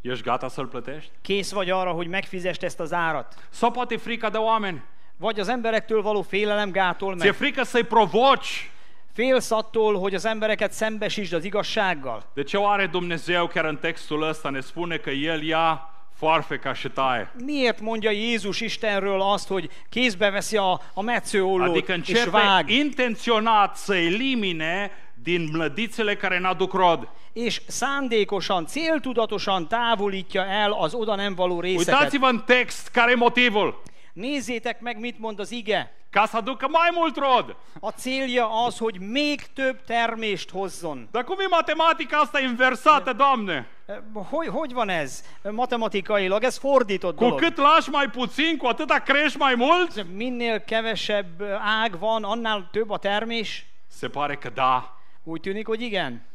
Speaker 1: Ești gata să-l plătești?
Speaker 3: Kész vagy arra, hogy megfizest ezt az árat.
Speaker 1: Sau poate frica de oameni.
Speaker 3: Vagy az emberektől való félelem gátol
Speaker 1: Ți-e
Speaker 3: meg.
Speaker 1: frică să-i provoci.
Speaker 3: Félsz attól, hogy az embereket szembesítsd az igazsággal.
Speaker 1: De ce oare Dumnezeu chiar în textul ăsta ne spune că El ia foarfeca și taie?
Speaker 3: Miért mondja Jézus Istenről azt, hogy kézbe veszi a, a metszőollót
Speaker 1: Adică
Speaker 3: és
Speaker 1: începe
Speaker 3: vág,
Speaker 1: intenționat să elimine din mlădițele care n-aduc rod.
Speaker 3: és szándékosan, céltudatosan távolítja el az oda nem való részeket.
Speaker 1: Uitați-vă în text care e motivul.
Speaker 3: Nézzétek meg, mit mond az ige.
Speaker 1: Ca să aducă mai mult rod.
Speaker 3: A célja az, hogy még több termést hozzon.
Speaker 1: Dar cum e matematica asta inversată, Doamne?
Speaker 3: Eh, Hogy, hogy van ez eh, matematikailag? Ez fordított
Speaker 1: Cu
Speaker 3: dolog.
Speaker 1: cât lași mai puțin, cu atâta crești mai mult?
Speaker 3: Minél kevesebb eh, ág van, annál több a termés.
Speaker 1: Se pare că da.
Speaker 3: Úgy tűnik, hogy igen.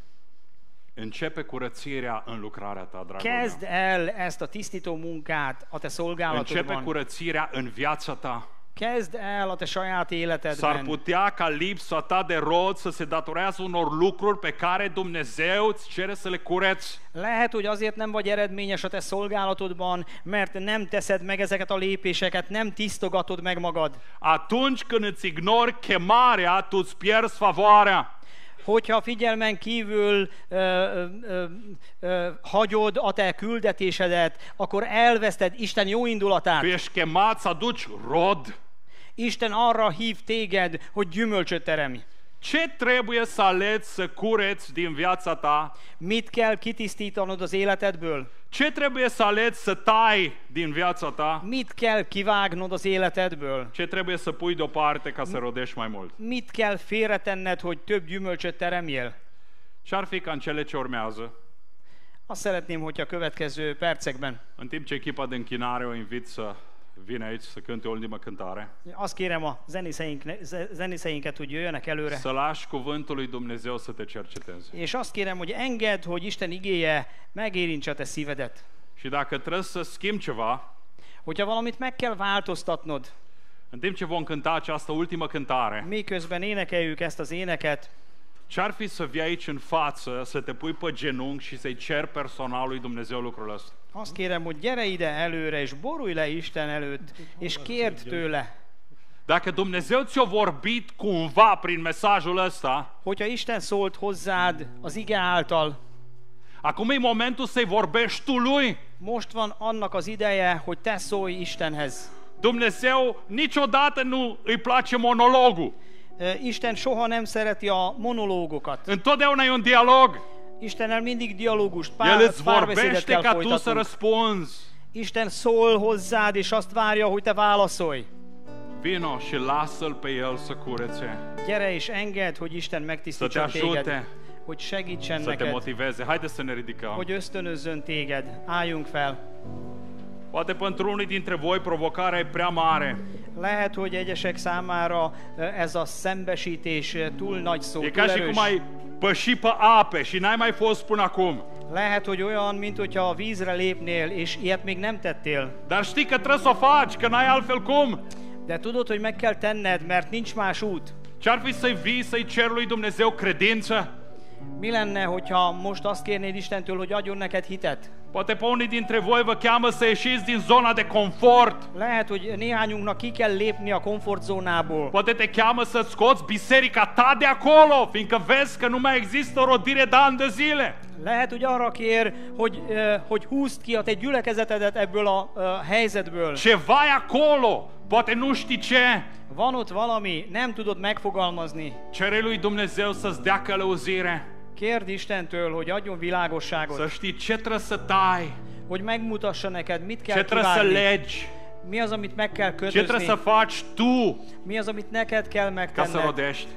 Speaker 1: Începe curățirea în lucrarea ta, dragul
Speaker 3: Kezd
Speaker 1: meu.
Speaker 3: el ezt a tisztító munkát a te
Speaker 1: Începe
Speaker 3: szolgálatodban.
Speaker 1: curățirea în viața ta.
Speaker 3: Kezd el a te saját
Speaker 1: S-ar
Speaker 3: életedben.
Speaker 1: putea ca lipsa ta de rod să se datorează unor lucruri pe care Dumnezeu îți cere să le cureți.
Speaker 3: Lehet, hogy azért nem vagy eredményes a te szolgálatodban, mert nem teszed meg ezeket a lépéseket, nem tisztogatod meg magad.
Speaker 1: Atunci când îți ignori chemarea, tu îți pierzi favoarea.
Speaker 3: Hogyha figyelmen kívül ö, ö, ö, ö, hagyod a te küldetésedet, akkor elveszted Isten jó indulatát.
Speaker 1: Tu ești chemat să aduci rod.
Speaker 3: Isten arra hív téged, hogy gyümölcsöt teremj.
Speaker 1: Ce trebuie să alegi să cureți din viața ta?
Speaker 3: Mit kell kitisztítanod az életedből?
Speaker 1: Ce trebuie să alegi să tai din viața ta?
Speaker 3: Mit kell kivágnod az életedből?
Speaker 1: Ce trebuie să pui deoparte ca să rodești mai mult?
Speaker 3: Mit kell félretenned, hogy több gyümölcsöt teremjél?
Speaker 1: Și ar fi ca în cele ce urmează,
Speaker 3: Azt szeretném, hogyha a következő percekben.
Speaker 1: în timp ce echipa de închinare o invit să vină aici să cânte ultima cântare,
Speaker 3: Azt kérem a zenészeinkne- ze- zenészeinket, hogy jöjjönek előre.
Speaker 1: să lași cuvântul lui Dumnezeu să te cerceteze.
Speaker 3: És azt kérem, hogy engedd, hogy Isten igéje megérintse a te szívedet.
Speaker 1: Și dacă trebuie să schimbi ceva,
Speaker 3: Hogyha valamit meg kell változtatnod,
Speaker 1: în timp ce vom cânta această ultimă cântare,
Speaker 3: miközben énekeljük ezt az éneket,
Speaker 1: ce-ar fi să vii aici în față, să te pui pe genunchi și să-i cer personal lui Dumnezeu lucrul ăsta?
Speaker 3: azt kérem, hogy gyere ide előre, és borulj le Isten előtt, és kérd tőle,
Speaker 1: Dacă Dumnezeu ți-a vorbit cumva prin mesajul ăsta,
Speaker 3: hogyha Isten szólt hozzád az ige által,
Speaker 1: Acum e momentul să-i vorbești tu lui.
Speaker 3: most van annak az ideje, hogy te szólj Istenhez.
Speaker 1: Dumnezeu niciodată nu îi place monologul.
Speaker 3: Ö, Isten soha nem szereti a monológokat.
Speaker 1: Întotdeauna e un dialog.
Speaker 3: Istennel mindig dialógust,
Speaker 1: El
Speaker 3: pár,
Speaker 1: îți
Speaker 3: párbeszédet
Speaker 1: vorbește
Speaker 3: kell
Speaker 1: ca tu să
Speaker 3: folytatnunk.
Speaker 1: răspunzi.
Speaker 3: Isten szól hozzád, és azt várja, hogy te válaszolj.
Speaker 1: Vino și lasă-l pe el să curețe,
Speaker 3: Gyere és engedd, hogy Isten
Speaker 1: să Szóval, te
Speaker 3: megtisztítson téged,
Speaker 1: ajute,
Speaker 3: hogy segítsen
Speaker 1: să te
Speaker 3: neked,
Speaker 1: motiveze. Haide să ne ridicăm.
Speaker 3: hogy ösztönözzön téged. Álljunk fel.
Speaker 1: Poate pentru unii dintre voi provocarea e prea mare.
Speaker 3: Lehet, hogy egyesek számára ö, ez a szembesítés ö, túl nagy szó,
Speaker 1: E
Speaker 3: túl
Speaker 1: ca și
Speaker 3: erős.
Speaker 1: cum ai păși pe ape și n-ai mai fost până acum.
Speaker 3: Lehet, hogy olyan, mint hogyha a vízre lépnél, és ilyet még nem tettél.
Speaker 1: Dar știi că trebuie să o faci, că n-ai altfel cum.
Speaker 3: De tudod, hogy meg kell tenned, mert nincs más út.
Speaker 1: Ce-ar fi să-i vii, să-i ceri lui Dumnezeu credință?
Speaker 3: Mi lenne, hogyha most azt kérnéd Istentől, hogy adjon neked hitet?
Speaker 1: Poate pe unii dintre voi vă cheamă să ieșiți din zona de confort.
Speaker 3: Lehet, hogy néhányunknak ki kell lépni a komfortzónából.
Speaker 1: Poate te cheamă să scoți biserica ta de acolo, fiindcă vezi că nu mai există rodire de ani de zile.
Speaker 3: Lehet, hogy arra kér, hogy, ö, hogy húzd ki a te gyülekezetedet ebből a ö, helyzetből.
Speaker 1: Ceva e acolo, poate nu știi ce.
Speaker 3: Van ott valami, nem tudod megfogalmazni.
Speaker 1: Cere lui Dumnezeu să-ți dea călăuzire,
Speaker 3: Kérd Istentől, hogy adjon
Speaker 1: să
Speaker 3: világosságot,
Speaker 1: știi ce trebuie să tai,
Speaker 3: hogy megmutassa neked, mit
Speaker 1: ce
Speaker 3: kell
Speaker 1: trebuie să
Speaker 3: kívánni,
Speaker 1: legi,
Speaker 3: mi az, amit meg kell
Speaker 1: ce trebuie să
Speaker 3: kötözni,
Speaker 1: faci tu
Speaker 3: mi az, amit neked kell
Speaker 1: ca să
Speaker 3: megtenned,
Speaker 1: rodești.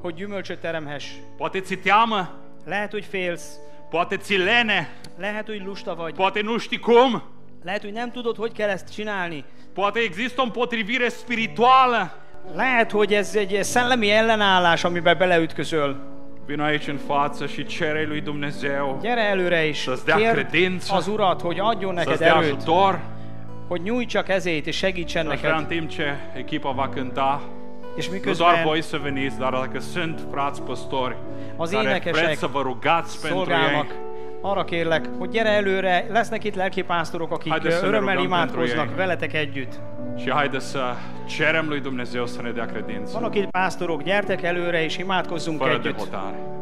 Speaker 3: hogy gyümölcsöt teremhess.
Speaker 1: Poate ți teamă,
Speaker 3: Lehet, hogy félsz,
Speaker 1: poate ți lene,
Speaker 3: lehet, hogy lusta vagy,
Speaker 1: poate nu știi cum,
Speaker 3: lehet, hogy nem tudod, hogy kell ezt csinálni,
Speaker 1: poate există o împotrivire spirituală.
Speaker 3: lehet, hogy ez egy szellemi ellenállás, amiben beleütközöl.
Speaker 1: Vino aici în față și cere lui Dumnezeu
Speaker 3: Gyere előre is,
Speaker 1: Să-ți dea
Speaker 3: kérd
Speaker 1: credință,
Speaker 3: az Urat, hogy adjon neked
Speaker 1: să-ți dea
Speaker 3: erőt,
Speaker 1: ajutor.
Speaker 3: hogy nyújts csak ezért és segítsen
Speaker 1: Aș vrea în
Speaker 3: neked.
Speaker 1: timp ce echipa va cânta,
Speaker 3: És
Speaker 1: Nu doar
Speaker 3: miközben
Speaker 1: voi să veniți, dar dacă sunt frați păstori
Speaker 3: O zi
Speaker 1: care
Speaker 3: necheșec.
Speaker 1: vreți să vă rugați pentru ei,
Speaker 3: szolgálnak. Arra kérlek, hogy gyere előre, lesznek itt lelkipásztorok, akik
Speaker 1: Haideți să ne
Speaker 3: örömmel
Speaker 1: rugăm pentru
Speaker 3: imádkoznak
Speaker 1: ei.
Speaker 3: veletek együtt.
Speaker 1: și haideți să cerem lui Dumnezeu să ne dea credință,
Speaker 3: Vannak itt pásztorok, gyertek előre és imádkozzunk
Speaker 1: fără de
Speaker 3: együtt,
Speaker 1: hotare.